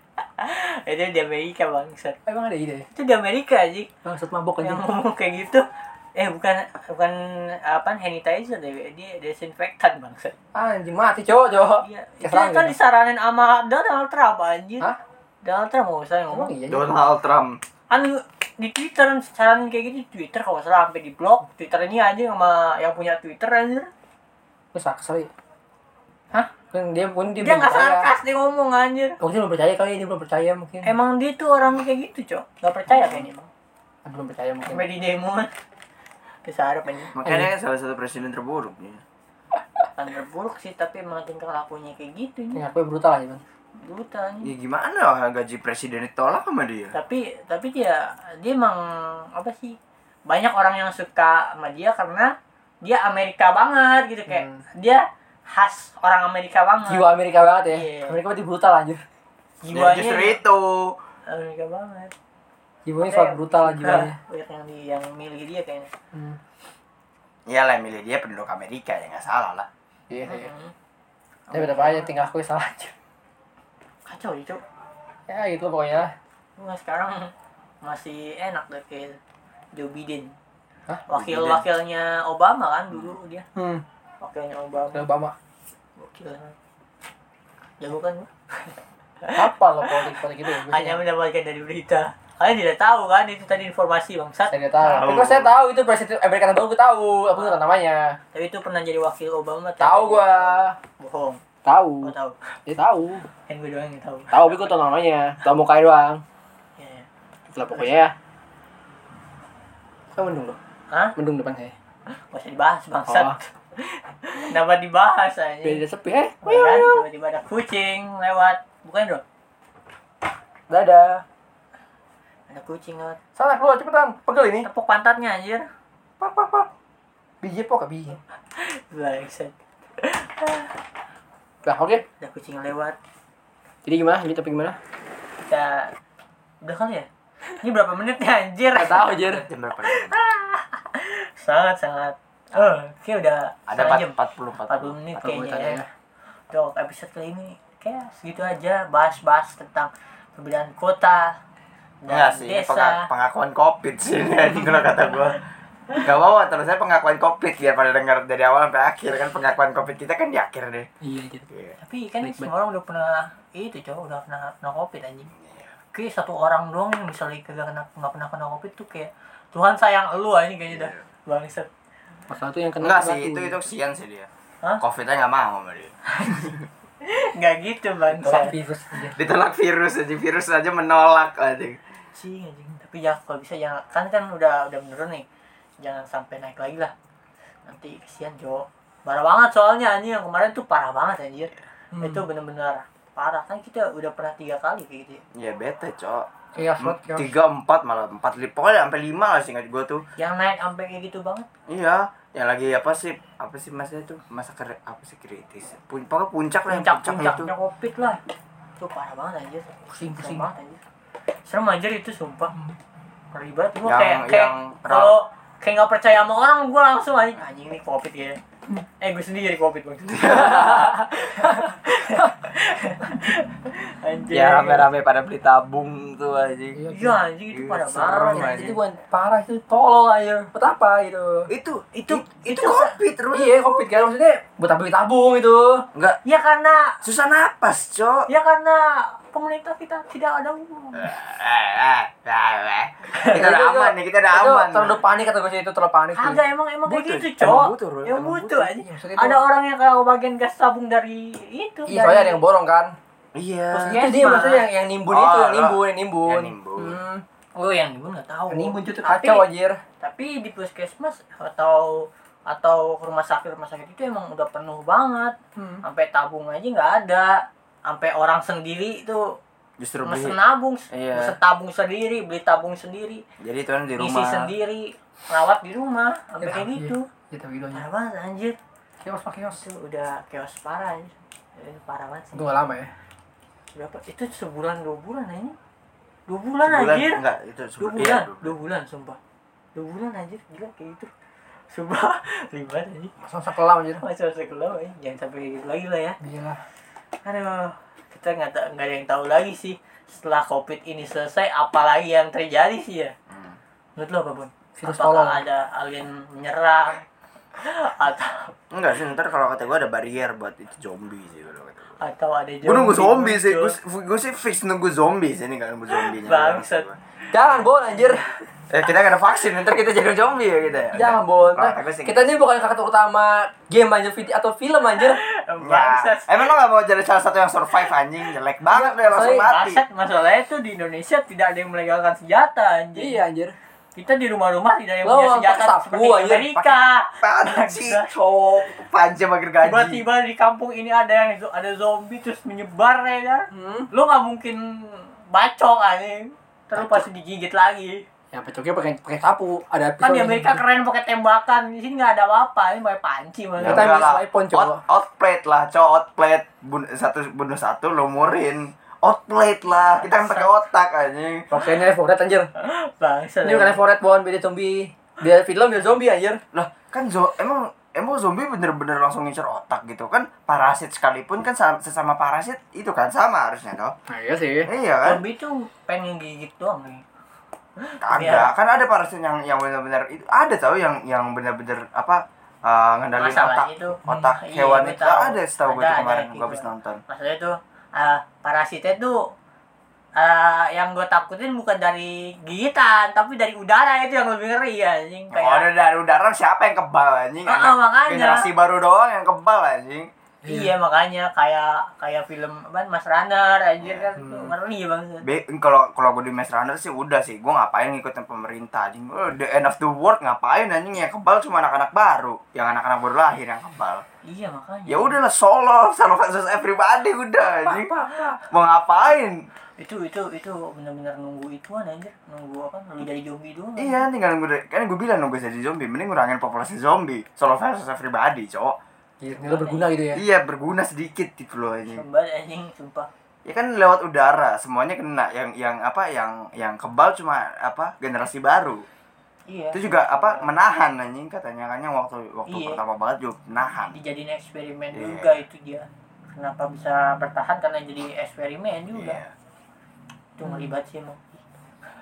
A: itu di Amerika bangsat
B: Eh, Emang ada ide ya?
A: itu di Amerika aja
B: Bangsat mabok
A: yang
B: aja.
A: ngomong kayak gitu eh bukan bukan apa sanitizer deh ya, dia desinfektan bangsat
B: Anjing mati cowok cowok.
A: dia itu
B: Keserang
A: kan
B: gitu.
A: disaranin sama Donald Trump anjir
B: Hah?
A: Donald Trump mau saya
B: Emang
A: ngomong
B: iya.
C: Donald Trump.
A: kan di Twitter saran kayak gitu di Twitter kalau nggak salah sampai di blog Twitter ini aja sama yang punya Twitter anjir
B: Lu sakit kali.
A: Hah?
B: Kan dia pun dia,
A: dia
B: belum
A: nggak
B: percaya.
A: sarkas dia ngomong anjir
B: Mungkin belum percaya kali dia belum percaya mungkin.
A: emang dia tuh orang kayak gitu cok nggak percaya kayaknya emang
B: Eh, belum percaya mungkin.
A: sampai di demo bisa harap ini
C: Makanya salah satu presiden terburuk ya.
A: bukan terburuk sih tapi emang tingkah lakunya kayak gitu nih
B: Ya, aku brutal aja, Bang.
A: buta nih
C: Ya gimana gaji presiden ditolak sama dia?
A: tapi tapi dia dia emang apa sih banyak orang yang suka sama dia karena dia Amerika banget gitu kayak
B: Hmm.
A: dia khas orang Amerika banget
B: Jiwa Amerika banget ya.
A: Iya.
B: Amerika berarti brutal anjir.
C: Ya,
A: jiwanya
C: justru itu.
A: Amerika banget
B: Jiwanya soal brutal lah jiwanya.
A: banyak yang di yang milih dia kayaknya
B: Hmm.
C: Ya lah milih dia penduduk Amerika ya nggak salah lah.
B: Iya, iya.
A: Hmm.
B: Tapi tetap aja tinggal aku salah aja.
A: kacau itu
B: Ya gitu lah pokoknya. lah.
A: Gua sekarang masih enak deh kayak Joe Biden.
B: Hah?
A: Wakil
C: Joe Biden.
A: wakilnya Obama kan dulu dia.
B: Hmm.
A: Wakilnya Obama.
B: Ke Obama.
A: Wakil. Jago kan? gua?
B: Apa lo politik-politik gitu ya? Gua sih
A: Hanya mendapatkan dari berita. Kalian tidak tahu kan itu tadi informasi bangsat.
B: Saya nggak tahu.
C: Tahu.
B: Tapi kalau saya tahu itu presiden eh, Amerika terbaru gue tahu. Aku nggak tahu namanya.
A: Tapi itu pernah jadi wakil Obama. tapi-
B: Tahu gua.
A: Bohong.
B: Tahu.
A: Gua tahu.
B: Dia tahu.
A: Kan gue doang yang tahu.
B: Tahu tapi gue tahu namanya. Tahu mukanya doang.
A: Iya, iya.
B: Itulah pokoknya. Kan mendung loh.
A: Hah?
B: Mendung depan saya.
A: Gak usah dibahas bangsat.
B: Oh.
A: Kenapa dibahas aja?
B: Biar dia sepi. Eh,
A: Ya kan? Tiba-tiba ada kucing lewat. Bukan dong.
B: dadah.
A: Ada kucing lewat.
B: Salah keluar cepetan. Pegel ini.
A: Tepuk pantatnya anjir.
B: Pak pak pak. Biji pok biji.
A: Bangsat.
B: Nah, oke.
A: Ada kucing lewat.
B: Jadi gimana? Jadi tapi gimana?
A: Kita udah kali ya? Ini berapa menit nih anjir?
B: Gak tahu, Jir.
C: Jam berapa?
A: Sangat sangat.
B: Eh.
A: Oh, oke udah
C: Ada
A: setengah jam.
C: 40
A: 40 menit kayaknya.
B: menit ada
A: ya. Dok, episode kali ini kayak segitu aja bahas-bahas tentang perbedaan kota dan
C: Enggak sih, ini penga-
A: desa.
C: pengakuan covid sih ini anjing, kalau kata gua. Gak apa-apa, terus saya pengakuan covid biar pada denger dari awal sampai akhir kan pengakuan covid kita kan di akhir deh.
B: Iya, jadi.
C: Iya.
A: Tapi kan
B: Baik,
A: semua orang udah pernah itu cowok udah kena kena covid anjing
C: Iya.
A: kayak satu orang doang yang bisa lagi kagak kena nggak pernah kena covid tuh kayak Tuhan sayang lu anjing gitu. kayaknya dah
C: Iya.
A: bangset
B: Masalah tuh yang kena
C: Enggak
B: tuh
C: sih, itu
B: batu.
C: itu kesian sih dia.
A: Hah?
C: Covid-nya nggak mau sama dia.
A: nggak gitu
B: Tolak
A: bangset
B: virus aja.
C: Ditolak virus aja, virus aja menolak aja.
A: Cing, anjing. tapi ya kalau bisa jangan kan kan udah udah menurun nih jangan sampai naik lagi lah nanti kesian cowok parah banget soalnya anjing yang kemarin tuh parah banget anjir
B: Hmm.
A: itu bener-bener parah kan kita udah pernah tiga kali kayak gitu ya.
C: Ya bete, Cok.
B: chaos banget chaos.
C: Tiga, empat malah empat li- pokoknya sampai lima lah sih nggak gue tuh.
A: yang naik sampai kayak gitu banget
C: Iya, yang lagi apa sih? Apa sih masnya itu? Masa kere, apa sih kritis? Pun, pokoknya puncak lah yang
A: puncak
C: puncaknya itu.
A: puncaknya covid lah itu parah banget anjir
B: Pusing,
A: serem
B: pusing.
A: banget anjir serem anjir itu sumpah ngeri banget gua
C: Yang-
A: kayak kayak
C: yang-
A: kalau kayak nggak percaya sama orang gua langsung anjing anjing ini covid ya eh gue sendiri covid bang anjir
C: Ya rame-rame pada beli tabung tuh aja.
B: Iya,
A: iya anjing itu
C: Iya,
A: parah
C: serem,
A: banget
C: anjing.
A: anjing.
B: Itu bukan parah itu tolol aja. Buat apa gitu?
C: Itu itu itu,
A: itu-
C: covid terus.
B: Iya, covid kan maksudnya buat beli tabung gitu. itu.
C: Enggak
A: ya karena
C: susah napas, Cok.
A: ya karena pemerintah kita tidak ada umum
C: kita udah
B: Itu-
C: aman nih, kita udah
B: Iya, itu
C: aman.
B: terlalu panik kata gue sih itu terlalu panik sih.
A: Kagak emang emang
C: Butuh.
A: kayak gitu,
C: Emang
A: cowok.
C: butuh, Bro.
A: Emang
C: Emang
A: butuh aja.
B: Iya, maksudnya itu-
A: Ada orang yang kalau bagian gas sabung dari itu.
B: Iya, soalnya ada yang borong kan.
C: Iya.
A: Yes,
B: itu dia
A: Mas.
B: maksudnya yang yang nimbun
C: Oh,
B: itu, yang
C: lo.
B: nimbun, yang nimbun.
C: Yang nimbun.
B: Hmm.
A: Oh, yang ibu nggak tahu.
B: Yang nimbun itu tuh
A: tapi,
B: kacau anjir.
A: tapi di puskesmas atau atau rumah sakit rumah sakit itu emang udah penuh banget.
B: Hmm.
A: Sampai tabung aja nggak ada. Sampai orang sendiri itu
C: Justru beli.
A: mesen nabung,
C: Iya.
A: mesen tabung sendiri, beli tabung sendiri,
C: Jadi tuan di
A: isi
C: rumah.
A: sendiri, rawat di rumah, sampai
B: Ya,
A: kayak
B: iya.
A: gitu.
B: Ya tapi gitu
A: Parah banget anjir.
B: Chaos pakai chaos.
A: Itu udah chaos parah anjir. Eh, Parah banget sih.
B: Itu gak lama ya.
A: berapa itu sebulan dua bulan ini dua bulan
C: Sebulan,
A: anjir
C: enggak, itu
A: dua
C: sebulan. Iya,
A: bulan
C: dua bulan.
A: dua bulan sumpah dua bulan anjir gila kayak gitu sumpah ribet anjir
B: Langsung sekelam anjir.
A: masih masih kelam eh. jangan sampai kayak gitu lagi lah ya
B: Gila.
A: aduh kita nggak ta- nggak ada yang tahu lagi sih setelah covid ini selesai apalagi yang terjadi sih ya
C: Hmm.
A: menurut lo apa bun
B: Virus
A: apakah
B: tolong.
A: ada alien menyerang atau
C: Enggak sih, ntar kalau kata gue ada barrier buat itu zombie sih kalau kata gue.
A: atau ada
C: Gue nunggu zombie sih,
A: muncul?
C: gue sih fix nunggu zombie sih nih nunggu zombie
A: Bangsat.
B: Jangan bon anjir.
C: Eh kita kena vaksin, ntar kita jadi zombie ya kita. ya.
B: Jangan bon.
C: Kalau kata gua sih
B: Kita ini bukan karakter utama game anjir video atau film anjir.
A: bangsat
C: Ya. Emang lo gak mau jadi salah satu yang survive anjing? Jelek banget deh langsung
B: Soalnya
C: mati.
A: Aset masalahnya tuh di Indonesia tidak ada yang melegalkan senjata anjing.
B: Iya anjir.
A: Kita di rumah-rumah tidak ada yang
B: Lo
A: punya senjata
B: paksa
A: seperti
B: gua, anjir.
A: Amerika.
C: Panci, cowok, panci mager gaji.
A: Tiba-tiba di kampung ini ada yang zo- ada zombie terus menyebar ya kan.
B: Hmm.
A: Lo nggak mungkin bacok anjing. Terus pasti digigit lagi.
B: Ya pecoknya pakai pakai sapu. Ada
A: Kan di
B: pisau
A: Amerika
B: anjir.
A: keren pakai tembakan. Di sini nggak ada apa-apa, ini pakai panci
B: Ya,
A: malah.
B: Kita
C: Enggak
B: ambil
C: lah.
B: iPhone, cowok.
C: Out, outplate lah, cowok outplate. Bun, satu bunuh satu lo murin. Outplate lah, kita kan pakai otak anjing.
B: Pakainya Fortnite anjir.
A: Bangsat.
B: Ini bukan Fortnite bon, beda zombie. Beda film, beda zombie anjir.
C: Lah, kan zo emang emang zombie bener-bener langsung ngincer otak gitu kan parasit sekalipun kan sa- sesama parasit itu kan sama harusnya toh
B: Nah, iya sih.
C: iya kan
A: Zombie tuh pengen gigit doang nih. Iya.
C: kagak kan ada parasit yang yang bener-bener itu ada tau yang yang bener-bener apa eh, ngendalin
A: Masalahnya
C: otak
A: itu,
C: otak
A: hmm, iya,
C: hewan
A: gua
C: itu
A: tahu.
C: ada setahu gue
A: Ada, ada
C: kemarin
A: kayak
C: gue
A: gitu.
C: habis nonton
A: maksudnya tuh eh, parasitnya tuh eh, yang gue takutin bukan dari gigitan tapi dari udara itu yang lebih ngeri ya anjing
C: Oh,
A: kayak
C: ada dari udara siapa yang kebal anjing?
A: Ah,
C: Anak
A: makanya.
C: Generasi baru doang yang kebal anjing.
A: iya makanya kayak kayak film apa Mas Runner anjir kan tuh
C: Hmm.
A: ngeri banget
C: Be, kalau kalau gue di Maze Runner sih udah sih, gue ngapain ngikutin pemerintah anjing. Oh, the end of the world ngapain anjing yang kebal cuma anak-anak baru, yang anak-anak baru lahir yang kebal.
A: iya makanya
C: Ya udahlah solo, solo versus everybody udah anjing. Mau ngapain?
A: itu itu itu benar-benar nunggu ituan anjir nunggu apa nunggu dari zombie doang
C: Iya, tinggal gue kan gue bilang nunggu jadi zombie, mending ngurangin populasi zombie. Solo versus everybody, cowok.
B: Nilai berguna gitu ya.
C: Iya, berguna sedikit gitu loh anjing.
A: Sumpah, anjing sumpah
C: ya kan lewat udara semuanya kena yang yang apa yang yang kebal cuma apa generasi baru
A: iya
C: itu juga apa menahan anjing katanya kan yang waktu waktu
A: Iya.
C: pertama banget juga menahan
A: dijadiin eksperimen
C: Iya.
A: juga itu dia kenapa bisa bertahan karena jadi eksperimen juga
C: iya
A: itu ngelibat sih emang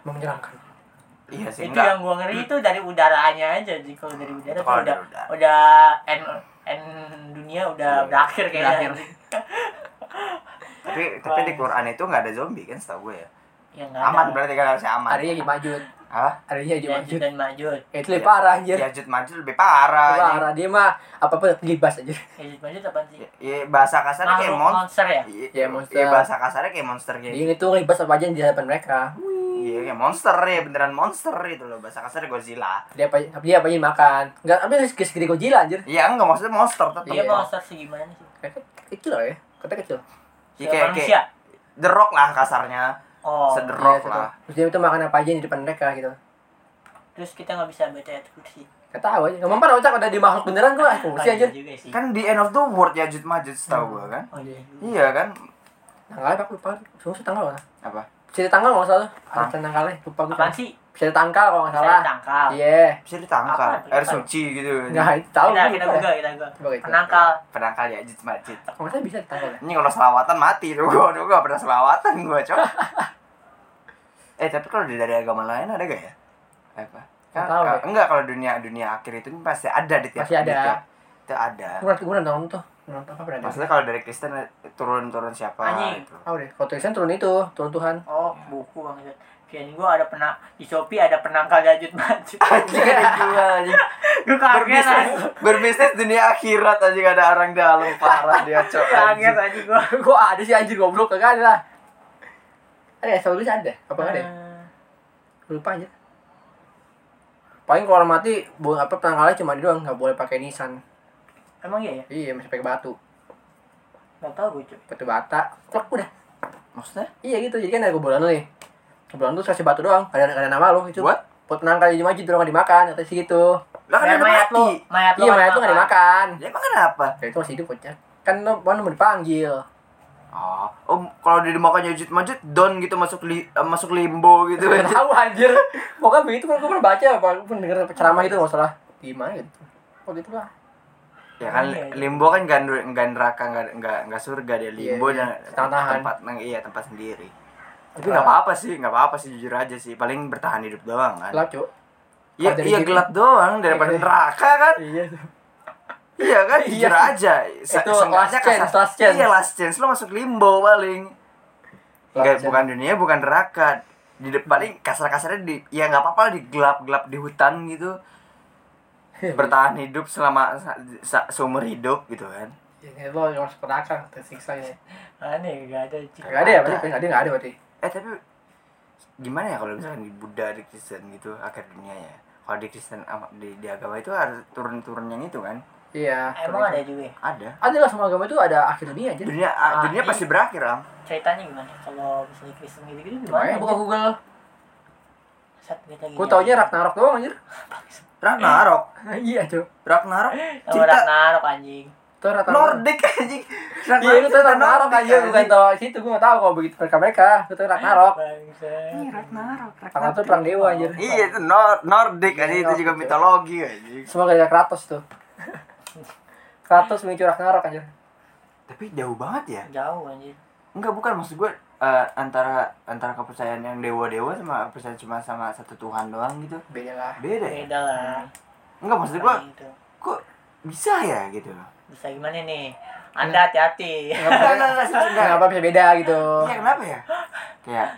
B: Menyeramkan.
C: iya sih
A: itu
C: enggak
A: yang gua ngeri itu dari udaranya aja jadi kalau dari udara tuh
C: Kalau
A: udah
C: dari udara.
A: udah n n dunia udah
C: Iya.
A: berakhir kayaknya
B: Berakhir.
C: tapi tapi di Quran itu nggak ada zombie kan setahu gue ya
A: ya nggak
C: aman
A: ada
C: berarti kan harusnya aman
B: Adanya di Majud.
C: apa
B: Adanya di
A: Lanjut
B: Majud.
A: dan majud
B: Eh, Itu lebih parah
A: iya.
B: anjir.
C: ya jut maju lebih parah
B: Lebih
C: anjing.
B: Parah dia mah apa-apa gelibas aja.
A: lanjut majud apa sih
C: Ya, ya, bahasa kasarnya kayak
A: Makhluk
C: monster
A: monster ya
B: Ya,
C: Iya,
B: monster.
C: ya, bahasa kasarnya kayak monster
A: Iya.
C: kayak
B: Dia itu ngelibas apa aja yang di hadapan mereka.
C: Iya, kayak monster ya, beneran monster itu loh bahasa kasar Godzilla.
B: Dia apa dia apa yang makan. Enggak apa segede Godzilla anjir.
C: Iya, enggak maksudnya monster tetap.
A: dia
B: Iya.
A: monster sih gimana sih
B: Kayak Kecil loh ya. Kata kecil.
C: Ya,
A: Kayak
C: kayak
A: manusia
C: kayak The Rock lah kasarnya,
A: oh
C: The Rock
B: Iya,
C: lah.
B: Terus dia itu makan apa aja yang di depan mereka gitu.
A: terus kita nggak bisa baca ayat kursi
B: Gak tahu aja. Gak mempan otak ada di makhluk beneran gua. Eh,
A: Ah,
B: Kursi
A: iya
B: aja.
A: juga sih
C: Kan di End of the World ya Jut Majut setahu gua kan.
A: oh iya juga.
C: Iya kan?
B: Tanggalnya aku lupa. Susah tanggal mana?
C: Apa?
B: Bisa tanggal kalau nggak salah.
C: Hah?
B: Ada tanggalnya. Lupa gua.
A: apaan sih
B: Bisa tanggal kalau nggak salah.
A: saya tangkal
B: Iya.
C: Bisa ditangkal,
A: Apa?
C: air suci gitu.
B: kan? Nggak itu tahu.
A: kita kita
B: gua lupa.
A: buka kita buka
B: Coba gitu.
A: penangkal
C: Penangkal ya Jut Majut.
B: Kalau nggak salah bisa tanggal ya.
C: Ini kalau selawatan mati tuh gua, tuh gua nggak pernah selawatan gua, Cok. eh, tapi kalau dari agama lain ada gak ya? Apa? Kan,
B: Nggak tahu,
C: ka-
B: Dek.
C: enggak kalau dunia dunia akhir itu pasti ada di tiap
B: Pasti ada.
C: di tiap- Itu ada.
B: Gue nanti gue nonton tuh. Nonton apa berada?
C: Maksudnya kalau dari Kristen turun-turun siapa
A: Anjing.
C: gitu.
B: Tahu deh. Kalau tulisan turun itu, turun Tuhan.
A: oh buku bang Kian gue ada pernah di Shopee ada penangkal lanjut majud
C: Anjing ada dua Iya, anjing.
A: gue kaget
C: Berbisnis,
A: anjing.
C: berbisnis dunia akhirat anjing ada orang dalam parah dia cok.
A: kaget
C: anjing.
A: aja gue
B: Kok ada sih anjir goblok kagak ada lah. Ada ya, sama tulisan ada. Apa nggak ada? ya?
A: Eh,
B: Lupa aja. Paling kalau orang mati, bu, apa penangkalnya cuma di doang, nggak boleh pakai nisan.
A: emang iya ya
B: Iya, masih pakai batu,
A: nggak tahu gue cuy
B: batu bata, klok udah.
C: Maksudnya?
B: Iya gitu, jadi kan ada kuburan lu nih. Kuburan tuh kasih batu doang, gak ada, gak ada nama lu itu.
C: Buat?
B: Buat penangkal di masjid doang nggak dimakan, katanya sih gitu.
C: Lah kan
A: Dan
C: ada
A: mayat
C: mati.
A: lu mayat lu
B: Iya, mayat tuh gak dimakan.
C: Ya emang kenapa?
B: Ya itu masih hidup aja. Kan lu kan mau dipanggil.
C: Oh, oh kalau dia dimakan jujut majut down gitu masuk li, eh, masuk limbo gitu.
B: Gak tahu anjir. Pokoknya begitu kan gue pernah baca apa gue pernah denger ceramah itu enggak salah. Gimana gitu. Oh gitu lah.
C: ya kan
A: Iya, iya.
C: limbo kan gak, gak neraka gak, gak, gak surga dia limbo
B: Iya, iya.
C: dan
B: Tangan-tangan.
C: tempat nang iya tempat sendiri. Tapi
B: Gelap.
C: nggak apa-apa sih, nggak apa-apa sih jujur aja sih. Paling bertahan hidup doang kan.
B: Gelap, Cuk.
C: Iya,
B: Kalau dari
C: iya
B: diri-
C: gelap doang daripada
B: Iya.
C: neraka kan.
B: Iya.
C: Iya kan,
B: Iya.
C: jujur aja. Se-
B: Itu
C: seenggaknya
B: last chance,
C: kasar-
B: last chance.
C: Iya, last chance. Lo masuk limbo paling. Enggak,
B: chance.
C: bukan dunia, bukan neraka. Di de- paling kasar-kasarnya di ya nggak apa-apa lah di gelap-gelap di hutan gitu. Bertahan hidup selama sa- sa- seumur hidup gitu kan.
B: Ya lo yang masuk neraka tersiksa ya.
A: aneh gak ada cuy
B: Enggak ada ya, berarti enggak ada enggak ada berarti.
C: Eh, tapi gimana ya kalau misalkan di Buddha, di Kristen gitu akhir dunia ya. Kalau di Kristen ama- di, di agama itu harus turun-turun yang itu kan.
B: Iya.
A: emang ada juga ya?
C: Ada.
B: Ada lah semua agama itu ada akhir dunia aja.
C: Dunia
A: Ah,
C: dunia
A: iya.
C: pasti berakhir, Am.
A: ceritanya gimana kalau misalnya Kristen gitu-gitu
B: Makanya
A: gimana
B: ya, buka Google.
A: Sat, lihat lagi
B: Gue taunya Ragnarok doang anjir.
C: Ragnarok.
B: Iya, Cuk.
C: Ragnarok
A: cerita
C: cerita
A: narok anjing
B: Tuh Ragnarok.
C: Nordic anjing.
B: Iya, itu tuh Ragnarok anjir, bukan tau situ. Gue enggak tahu kalau begitu mereka mereka. Itu tuh Ragnarok.
A: bangsa
B: Iya, Ragnarok tuh perang dewa anjir.
C: Iya, itu Nor- Nordic anjing itu
B: Nordic,
C: juga
B: ya.
C: mitologi anjing.
B: Semua gara-gara Kratos tuh. Kratos memicu Ragnarok anjir.
C: Tapi jauh banget ya?
A: jauh anjing
C: Enggak, bukan maksud gue eh, antara antara kepercayaan yang dewa-dewa sama kepercayaan cuma sama satu Tuhan doang gitu.
B: Beda lah.
C: Beda ya?
A: beda lah
C: Enggak maksud gue
A: Kayak gitu.
C: kok bisa ya gitu.
A: bisa gimana nih anda hati-hati
B: Nggak
C: Enggak,
B: apa-
C: enggak, enggak, serius, enggak.
B: Nggak apa bisa beda gitu.
C: Iya, kenapa ya? Kayak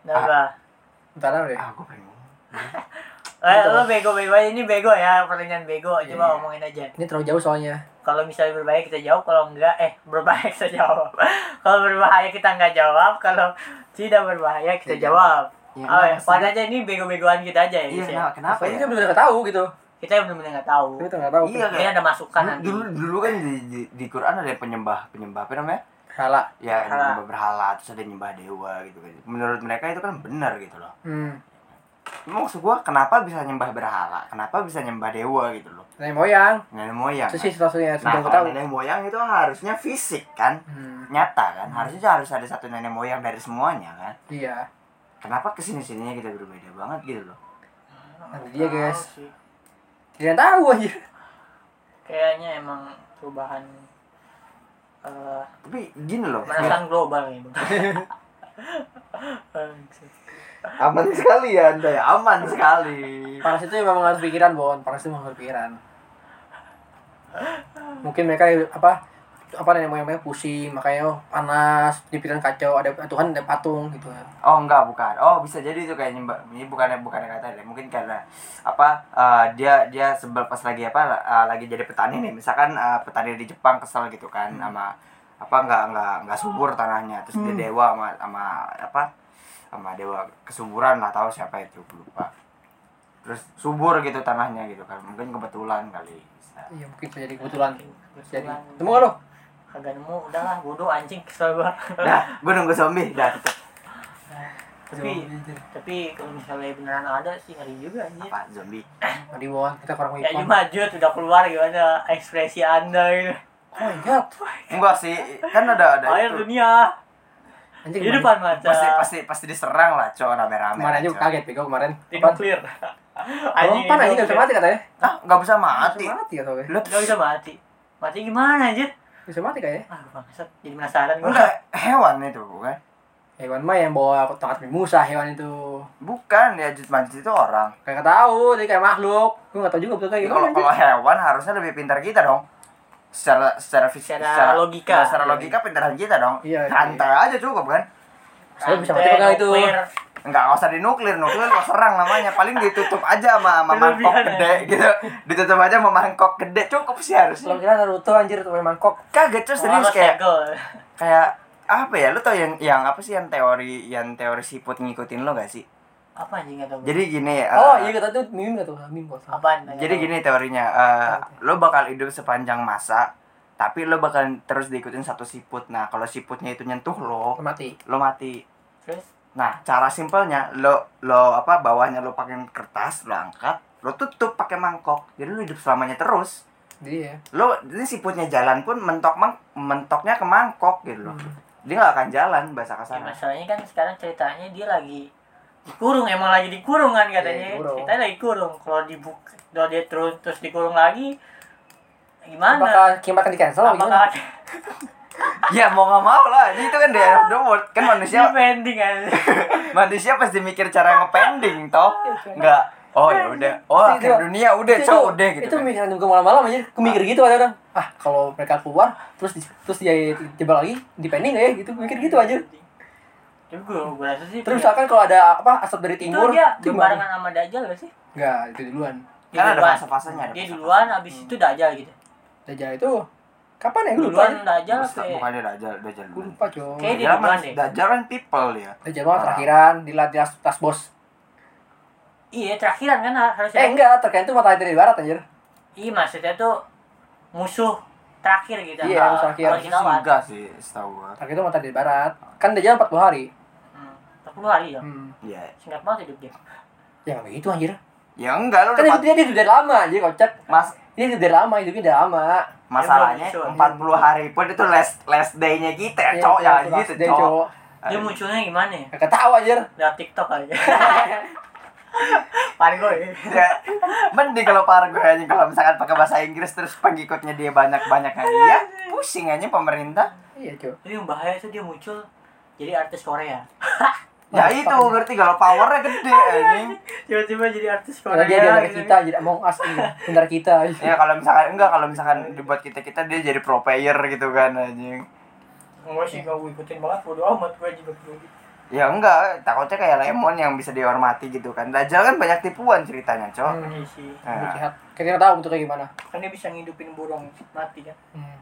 A: Kenapa?
B: Entar lah deh.
C: ah gue pengen ngomong.
A: Eh,
B: gitu.
A: lo bego-bego aja ini bego ya pertanyaan bego coba
C: Iya.
A: omongin aja
B: Ini terlalu jauh soalnya.
A: kalau misalnya berbahaya kita jawab kalau enggak eh berbahaya kita jawab kalau berbahaya kita enggak jawab kalau tidak berbahaya kita
C: Iya.
A: jawab
C: Iya,
A: oh ya
C: kenapa sih?
A: pada aja ini bego-begoan kita aja ya
C: Iya,
A: guys ya
C: kenapa- kenapa
B: Soalnya
C: ya?
B: kita benar nggak tahu gitu.
A: kita yang benar-benar nggak tahu
B: Kita nggak tahu.
C: Iya,
A: ini
C: kayak
A: ada masukan
C: dulu-
A: nanti
C: dulu dulu kan di, di, di Quran ada penyembah penyembah apa namanya?
B: Salah.
C: ya ada
A: Berhala.
C: nyembah berhala terus ada nyembah dewa gitu kan menurut mereka itu kan benar gitu loh
B: Hmm.
C: Emang maksud gua kenapa bisa nyembah berhala kenapa bisa nyembah dewa gitu loh
B: Nenek moyang.
C: nenek moyang
B: Itu
C: kan?
B: sih satu-satunya
C: nah
B: sebelum gue tahu.
C: kalau nenek moyang itu harusnya fisik kan
B: Hmm.
C: nyata kan harusnya harus ada satu nenek moyang dari semuanya kan
B: Iya.
C: kenapa kesini sininya kita berbeda banget gitu loh
B: Nanti dia Iya, guys.
A: Tahu Oh, sih.
B: Tidak tahu aja.
A: kayaknya emang perubahan eh
C: tapi gini loh
A: pemanasan global gitu
C: aman sekali ya anda ya aman sekali
B: Panas itu memang harus pikiran, Bon. Panas itu memang harus pikiran. Mungkin mereka apa apa nenek moyangnya pusing makanya oh, panas di pikiran kacau ada Tuhan ada patung gitu ya.
C: Oh enggak bukan. Oh bisa jadi itu kayaknya Mbak. Ini bukannya bukannya kata deh. Mungkin karena apa eh, dia dia sebel pas lagi apa eh, lagi jadi petani nih. Misalkan eh, petani di Jepang kesel gitu kan sama apa enggak enggak enggak subur tanahnya. Terus dia dewa sama sama apa sama dewa kesuburan lah tahu siapa itu gue lupa. Terus subur gitu tanahnya gitu kan. Mungkin kebetulan kali. Bisa.
B: Iya mungkin bisa jadi kebetulan. Jadi
A: Kebetulan.
B: temu gak lo?
A: kagak nemu udahlah bodoh anjing kesel gua
C: Dah, gue nunggu zombie. Dah, gitu. tetep.
A: tapi tapi kalau misalnya beneran ada sih ngeri juga anjir
C: apa zombie?
B: Di bawah kita ke orang
A: ya
B: Ipan.
A: cuma aja udah keluar gimana ekspresi anda gitu
B: Oh my god.
C: Enggak sih, kan ada ada
A: air
C: itu.
A: dunia
B: Anjing
A: di
B: kemarin-
A: depan mata
C: Pasti pasti pasti diserang lah, cowok rame-rame.
B: Kemarin aja
C: lah,
B: gua
C: cowok.
B: kaget bego kemarin.
A: di
B: Apa?
A: nuklir
B: Kalau pan Oh,
A: nggak
B: anjing gak bisa mati katanya.
C: Ah, nggak bisa mati.
B: Bisa mati katanya.
C: Lu
A: nggak bisa mati mati gimana anjir
B: Bisa mati kayaknya.
A: ah bangsat jadi penasaran gua
C: enggak hewan itu bukan?
B: Hewan mah yang bawa tongkat Musa hewan itu.
C: Bukan ya jut majut itu orang.
B: Kayak gak tahu, dia kayak makhluk. Gue gak tahu juga betul kayak
C: Ya,
B: gimana.
C: Kalau kalau hewan harusnya lebih pintar kita dong. Secara secara fisik,
A: Secara logika.
C: secara logika pintaran kita dong.
B: Iya, iya.
C: Santai aja cukup kan?
B: Saya bisa
A: Rantai,
B: mati bakal itu.
A: nuklir.
C: Enggak nggak usah dinuklir, nuklir lo serang namanya. Paling ditutup aja sama, sama
A: Berlebihan
C: mangkok
A: ya.
C: gede gitu. Ditutup aja sama mangkok gede cukup sih harusnya.
B: Lo kira Naruto anjir tuh main mangkok.
C: Kaget tuh serius
A: Walau
C: kayak
A: segel.
C: kayak apa ya? Lu tau yang yang apa sih yang teori yang teori siput ngikutin lo gak sih?
A: apa anjing atau
C: Jadi gini.
B: Oh
C: eh,
B: iya kata tuh meme gak tuh, meme gak tuh.
A: apaan
C: Jadi gini teorinya, eh, lo bakal hidup sepanjang masa, tapi lo bakal terus diikutin satu siput. Nah, kalau siputnya itu nyentuh lo,
B: Mati.
C: lo mati.
A: terus
C: Nah, cara simpelnya lo lo apa bawahnya lo pakai kertas, lo angkat, lo tutup pakai mangkok. Jadi lo hidup selamanya terus.
B: Jadi ya.
C: Lo jadi siputnya jalan pun mentok mang- mentoknya ke mangkok gitu loh.
B: Hmm.
C: Dia nggak akan jalan bahasa
A: ya,
C: kasarnya.
A: masalahnya kan sekarang ceritanya dia lagi dikurung emang lagi dikurung kan
B: Iya,
A: katanya
B: dikurung.
A: kita lagi kurung kalau dibuka kalau dia terus terus dikurung lagi gimana
B: Apakah Kim akan di cancel gitu? apa gimana?
A: apakah
C: ya mau nggak mau lah, ini itu kan the end of the world. Kan manusia
A: dia pending aja
C: manusia pasti mikir cara ngepending toh nggak oh ya udah oh
B: Itu-
C: akhir dunia udah
B: Itu-
C: cowok udah gitu
B: Itu
C: kan.
B: mikiran juga malam-malam aja. Gue mikir gitu ada orang. Ah kalau mereka keluar terus di- terus dia tiba lagi di pending ya gitu. Gue Mikir gitu aja.
A: tapi gue gue Ya, rasa sih
B: Terus misalkan kalau ada apa asap dari
A: Iya. itu
B: timur.
A: dia
B: itu
A: berbarengan sama Dajjal gak sih
B: baru. Nggak, itu duluan.
C: kan
A: Dia
C: ada
A: duluan.
C: fase-fasenya
A: dia
C: ada fase-fase. Hmm.
A: duluan abis itu Dajjal gitu
B: Dajjal itu kapan ya? Gue lupa.
A: duluan Dajjal
B: ya.
C: Bukan,
A: apa
C: bukan dia dajal dajal
B: Gue
C: dulu
B: lupa coy.
A: Kayak- dia
C: dajal
A: duluan
C: kan
A: deh.
C: dajal kan people ya
B: Dajjal banget Eh, terakhiran di la- di las- tas bos.
A: iya terakhiran kan har- harusnya
B: Eh enggak, terkait itu matahari dari barat anjir.
A: iya maksudnya tuh musuh terakhir gitu
B: Iya,
A: Kalau-
B: musuh terakhir.
A: kalau
C: Harusnya
A: kita
C: sih
A: lawan.
C: enggak sih setahu gua
B: Terakhir itu matahari dari barat. Kan Dajjal 40 hari.
A: Hmm, 40 hari ya
B: Hmm.
C: ya
A: singkat banget hidup dia
B: Ya nggak begitu anjir.
C: ya enggak lu
B: Kan
C: dapat
B: hidupnya dia Ya, udah lama anjir kocak.
C: mas
B: Dia udah lama, hidupnya udah lama.
C: masalahnya
A: Dia belum muncul.
C: 40 hari pun itu last last day-nya kita
B: Iya,
C: ya, cowok ya gitu
B: Dia
C: cowok
B: cowok.
A: dia munculnya gimana ya
B: Gak tau anjir.
A: lihat TikTok aja Pargo ya
C: ya mending kalau parah gue aja kalau misalkan pakai bahasa Inggris terus pengikutnya dia banyak banyak aja ya pusing aja pemerintah
B: Iya cowok.
A: tapi yang bahaya tuh dia muncul jadi artis Korea
C: ya itu ngerti kalau powernya gede anjing
A: tiba-tiba jadi artis Korea
B: Karena dia diantara
A: gitu.
B: kita, jadi among us anjir. Bentar kita. anjir.
C: Ya kalau misalkan enggak kalau misalkan dibuat kita kita dia jadi pro player gitu kan anjing.
A: Enggak sih, gak gue Oh, ikutin banget, bodo amat gue aja dulu
C: Ya enggak, takutnya kayak Lemon yang bisa dihormati gitu kan. Dajjal kan banyak tipuan ceritanya,
B: Hmm.
C: Cok.
A: Iya sih,
C: Nah,
B: Lihat. Kita nggak tahu bentuknya gimana.
A: kan dia bisa ngidupin burung mati kan
B: Hmm.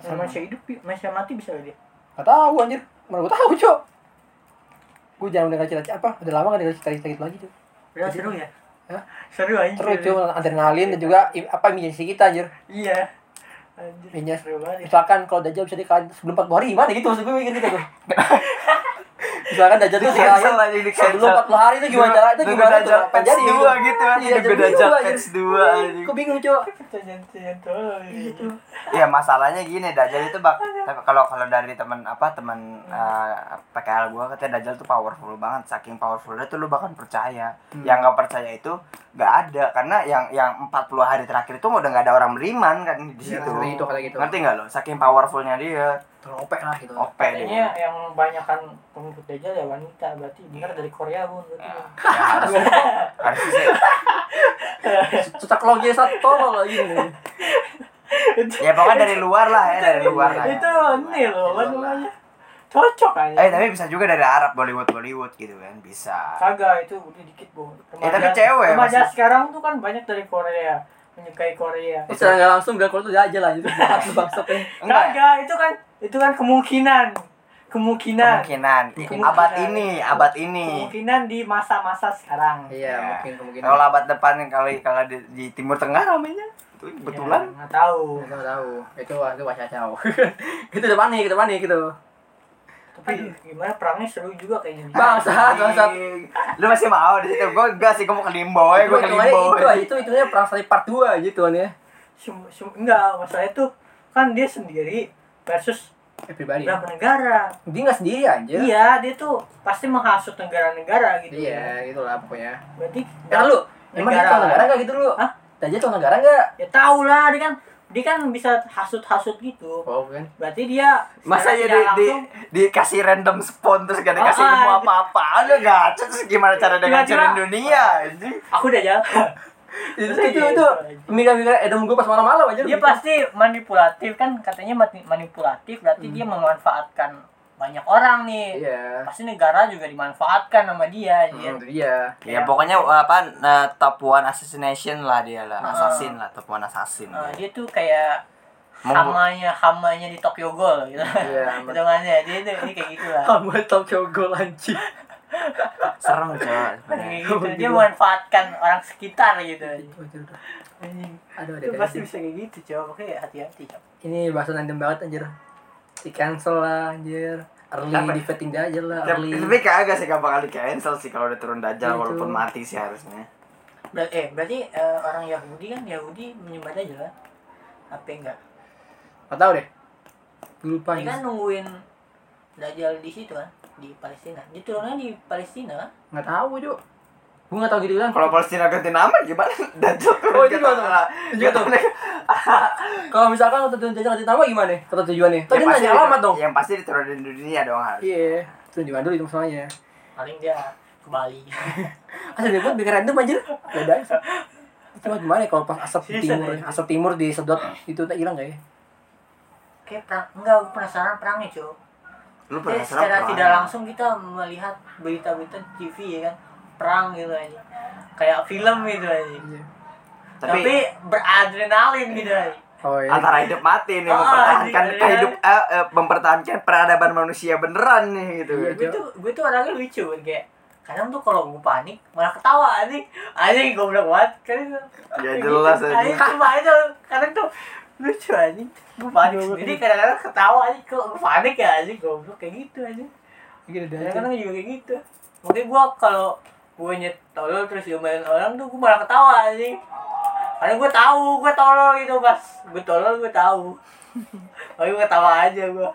A: Terus masih hidup, masih mati bisa gak dia?
B: Gak tahu anjir. Mana gue tahu cowok. Gue jarang dengar cerita apa. Udah lama gak dengar cerita-cerita gitu lagi cowok.
A: Udah seru ya?
B: Hah?
A: Seru aja
B: Terus cowok adrenalin dan juga i- apa imajinasi kita anjir.
A: Iya Anjir,
B: Iya.
A: seru banget ya.
B: misalkan kalau Dajjal bisa dikalahin sebelum 40 hari gimana gitu maksud gue mikir gitu tuh misalkan Dajjal tuh
C: cancel
B: dikalahin
C: aja di
B: sebelum
C: cancel.
B: 40 hari itu gimana cara itu gimana tuh
C: Dajjal
B: apa yang jadi
C: dua gitu anjing.
B: Iya,
C: Juga
B: jadi
C: Dajjal
B: dua,
C: patch
B: anjir.
C: dua anjing.
B: gue bingung cok
A: Cian-cian tuh Gitu
C: Ya masalahnya gini, Dajjal itu bak tapi kalau kalau dari teman apa teman eh, PKL gua katanya Dajjal tuh powerful banget. Saking powerfulnya tuh lu bahkan percaya.
B: Hmm.
C: Yang nggak percaya itu nggak ada karena yang yang 40 hari terakhir itu udah nggak ada orang beriman kan di situ.
B: seperti itu kata gitu
C: Ngerti nggak lo? Saking powerfulnya dia,
B: terlalu OP lah gitu
C: OP
A: Kayaknya
C: dia.
A: yang banyakkan pengikut Dajjal ya wanita Berarti bener dari Korea pun berarti
C: Ya, ya harus, harus sih.
B: cocok logi satu tolol lagi nih
C: ya pokoknya dari luar lah ya dari luar lah ya.
A: itu ini loh apa
C: Dari luar lah.
A: namanya cocok aja
C: eh tapi bisa juga dari Arab Bollywood Bollywood gitu kan bisa
A: kagak itu udah dikit bu
C: Eh, tapi cewek,
A: remaja
C: masih-
A: sekarang tuh kan banyak dari Korea menyukai Korea
B: Terus secara nggak langsung bilang kalau itu aja lah itu bangsat bangsatnya.
C: enggak ya?
A: kagak itu kan itu kan kemungkinan kemungkinan
C: kemungkinan
A: Nah, Kemungkinan.
C: abad ini abad ini
A: kemungkinan di masa-masa sekarang
B: Iya
C: Ya.
B: mungkin kemungkinan.
C: kalau abad depan kalau kalau di, di Timur Tengah ramenya itu kebetulan
A: Ya, nggak tahu
B: nggak tahu
C: Ya,
B: itu wah itu kacau. itu udah panik, itu panik gitu.
A: tapi gimana perangnya seru juga kayaknya
B: Bangsat, bangsat.
C: Anjing. Ah, lu masih mau di situ gue enggak sih gue mau kelimbo ya
B: Itu
C: gue
B: hitungannya
C: kelimbo
B: itu itu hitungnya perang salib part 2 gitu kan ya.
A: Sem- sem- enggak masalahnya tuh kan dia sendiri versus
B: Eh, pribadi.
A: beberapa negara
B: Dia nggak sendiri anjir.
A: iya dia tuh pasti menghasut negara-negara gitu kan.
B: Iya, gitu lah pokoknya.
A: berarti
B: Ya lu, emang dia
A: Negara.
B: tuh negara nggak gitu lu?
A: Hah?
B: Tajah tuh negara nggak?
A: ya tau lah dia kan dia kan bisa hasut-hasut gitu
B: Oh kan.
A: berarti dia secara
C: masa ya
A: tidak
C: di, di
A: langsung
C: dikasih random spawn terus gak
A: Ah,
C: dikasih ilmu
A: ah.
C: apa apa lu gacet terus gimana cara dia
A: Tiba-tiba.
C: ngancurin dunia anjing
A: aku udah jalan
B: Itu itu itu. Mika-mika Edom gue pas malam-malam aja.
A: dia pasti manipulatif kan katanya mati- manipulatif berarti dia memanfaatkan banyak orang nih
B: Iya.
A: pasti negara juga dimanfaatkan sama dia
B: Hmm,
A: ya.
B: itu dia.
C: Ya pokoknya apa eh, top one assassination lah dia lah,
A: Ah.
C: assassin lah, top one assassin.
A: Nah, dia tuh kayak
C: Membu-
A: hamanya hamanya di Tokyo Ghoul gitu
B: Iya, amat.
A: hitungannya dia tuh ini kayak gitu lah
B: Kamu Tokyo Ghoul anjing.
C: Serem coy.
A: kayak gitu dia memanfaatkan orang sekitar gitu
B: Aduh, ada
A: itu pasti
B: beres.
A: bisa kayak gitu coba makanya hati-hati coba
B: Ini bahasa random banget anjir. Di cancel lah anjir. Early
C: Apa?
B: di vetting aja lah early.
C: Tapi tapi kagak sih gampang kali cancel sih kalau udah turun dajal
B: Iya,
C: walaupun
B: tuh.
C: mati sih harusnya.
A: Ber- eh, berarti eh, orang Yahudi kan Yahudi menyembah aja lah apa enggak
B: Enggak tahu deh. Lupa
A: dia
B: nih.
A: kan nungguin Dajjal di situ kan di Palestina dia turunnya di Palestina kan?
B: Enggak tahu, Ju. Gue enggak tahu gitu kan.
C: Kalau Palestina ganti nama gimana? Dajal turun
B: Oh, itu
C: ke
B: juga tuh.
C: tanah.
B: Itu juga tuh. Kalau misalkan kata tujuan jajak nama gimana? Kata tujuannya. Tadi
C: Yang pasti
B: nanya alamat dong.
C: Yang pasti diturunin dunia dong harus.
B: Iya. Tujuan dulu itu masalahnya.
A: paling dia ke Bali
B: Asal dia buat bikin random anjir. Beda aja. Cuma gimana ya kalau pas asap
A: Bisa,
B: timur,
A: ya.
B: asap timur disedot itu tak hilang gak ya?
A: kayak perang enggak gua penasaran perangnya cuy
C: Lu
A: Jadi
C: penasaran
A: Eh, secara
C: perang.
A: tidak langsung kita melihat berita-berita di TV ya kan perang gitu aja kayak film gitu aja
B: Iya.
A: tapi,
C: Tapi
A: beradrenalin gitu aja
B: Oh iya.
C: antara hidup mati nih
A: Ah,
C: mempertahankan
A: iya, iya.
C: kehidup eh, eh, mempertahankan peradaban manusia beneran nih gitu.
B: Iya.
A: gue tuh gue tuh orangnya lucu kan kayak kadang tuh kalau gue panik malah ketawa anjing anjing goblok banget kan itu
C: Ya jelas
A: anjing
C: aja.
A: cuma itu kadang tuh lucu anjing gue panik sendiri kadang-kadang ketawa anjing kalau gue panik ya anjing goblok kayak gitu anjing
B: Gini dah.
A: kadang kadang juga kayak gitu mungkin gua kalau gue nyet tolol terus diomelin orang tuh gua malah ketawa anjing karena gua tahu gua tolol gitu pas gua tolol gua tahu tapi gua ketawa aja gua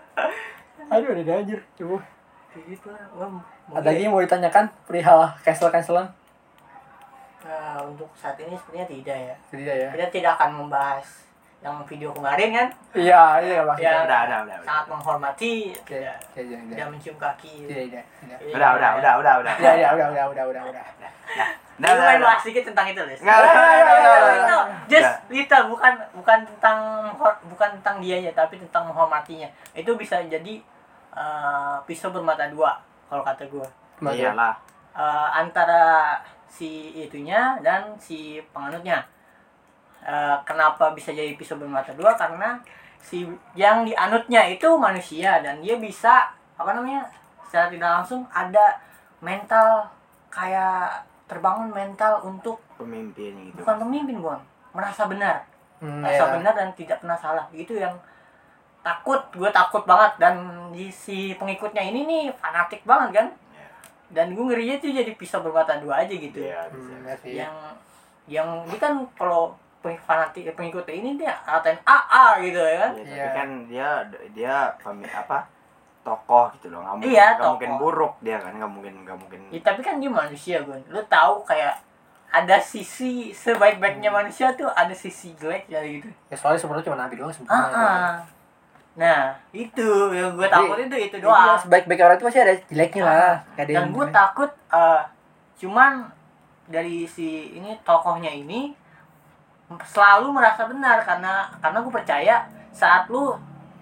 B: Aduh, ada anjir. Coba.
A: kayak gitu lah gua mungkin-
B: Ada lagi yang mau ditanyakan perihal cancel-cancelan?
A: Nah, untuk saat ini sepertinya tidak ya
B: Tidak ya.
A: kita tidak akan membahas yang video kemarin kan
B: Iya, iya pasti.
A: Iya.
C: Udah, udah, udah. udah.
A: sangat menghormati
B: Oke,
A: tidak
B: oke, iya, jangan,
A: tidak
B: jangan.
A: mencium kaki Iya.
B: Tidak, tidak, tidak.
C: Iya. Udah, udah, udah, udah, udah.
B: Ya, ya, iya. udah, udah, udah, udah, udah.
A: Nah, lu main bahas sedikit tentang itu, Lis.
C: Nggak,
B: nggak, nggak, nggak,
A: Little,
B: nggak.
A: Just little, bukan bukan tentang menghor- bukan tentang dianya, tapi tentang menghormatinya. Itu bisa jadi eh, pisau bermata dua, kalau kata gua.
B: Cuma
C: Iya lah.
A: Eh, antara si itunya dan si penganutnya. Eh, kenapa bisa jadi pisau bermata dua? Karena si yang dianutnya itu manusia dan dia bisa apa namanya secara tidak langsung ada mental kayak terbangun mental untuk
C: Pemimpin gitu.
A: bukan pemimpin buang merasa benar
B: Hmm,
A: merasa
B: iya.
A: benar dan tidak pernah salah itu yang takut gue takut banget dan di si pengikutnya ini nih fanatik banget kan
C: Iya.
A: dan gue ngerinya tuh jadi pisau bermata dua aja gitu
C: Iya, bisa.
B: Hmm, iya sih.
A: yang yang dia kan kalau peng- fanatik pengikutnya ini dia ratain AA gitu ya kan
C: Iya,
B: Iya.
C: tapi kan dia dia pemi apa? Tokoh gitu loh, nggak mungkin,
A: Iya,
C: nggak mungkin
A: tokoh.
C: buruk dia kan, nggak mungkin, nggak mungkin.
A: Ya, tapi kan dia manusia gue lu tahu kayak ada sisi sebaik-baiknya
C: Hmm.
A: manusia tuh ada sisi jelek dari gitu
B: Ya soalnya sebenarnya cuma nabi
A: ah
B: doang sempurna.
C: iya.
A: ah. nah itu yang gue
B: Jadi-
A: takutin tuh itu
B: Jadi
A: doang
B: ya, sebaik-baik orang itu pasti ada jeleknya lah. Gak ada
A: dan
B: yang-
A: gue takut eh, cuman dari si ini tokohnya ini selalu merasa benar karena karena gue percaya saat lu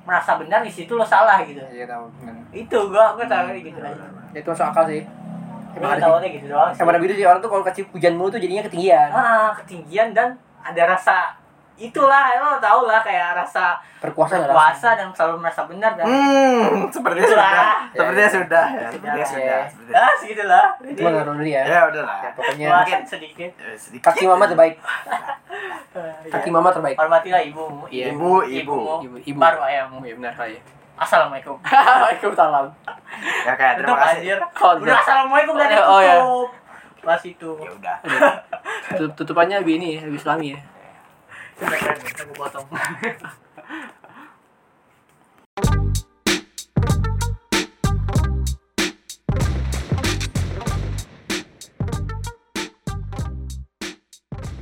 A: merasa benar di situ lo salah gitu
B: Iya tahu.
A: itu gua gua tahu gitu aja
B: Itu masuk akal sih. Hmm. Emang
A: Gua
B: ada
A: tahu gitu doang
B: sih.
A: sih.
B: Emang ada gitu sih orang tuh kalau kecil hujan mulu tuh jadinya ketinggian.
A: ah ketinggian dan ada rasa itulah lo tau lah kayak rasa
B: Perkuasa nggak ada.
A: puasa dan selalu merasa benar dan
C: Hmm, sepertinya
A: Itulah. Iya,
C: sudah.
B: Ya,
C: Sepertinya
B: ya.
C: sudah. ya.
A: Ya,
C: Sepertinya
A: ya.
C: sudah. sepertinya-
A: ah segitulah
B: Itu mah nggak dulu ya.
C: Ya udahlah.
A: Iya.
B: Ya, Pokoknya
A: puasa sedikit
C: Eh, sedikit.
B: kaki mama terbaik.
A: Iya. Ah, iya.
B: Kaki mama terbaik.
A: hormatilah ibumu
B: Iya.
A: ibu
C: Ibu, ibu.
B: Ibu,
A: ibu
B: ibu.
A: baru ayahmu
B: Iya benar kali.
A: assalamualaikum
B: Waalaikumsalam.
C: Ya kayak terima
A: tutup
C: kasih.
A: anjir
B: Oh,
A: udah assalamualaikum dari
B: Oh, iya.
A: tutup pas itu
C: Ya udah.
B: Tutup tutupannya lebih ini ya, lebih islami ya.
A: Sudah keren, aku potong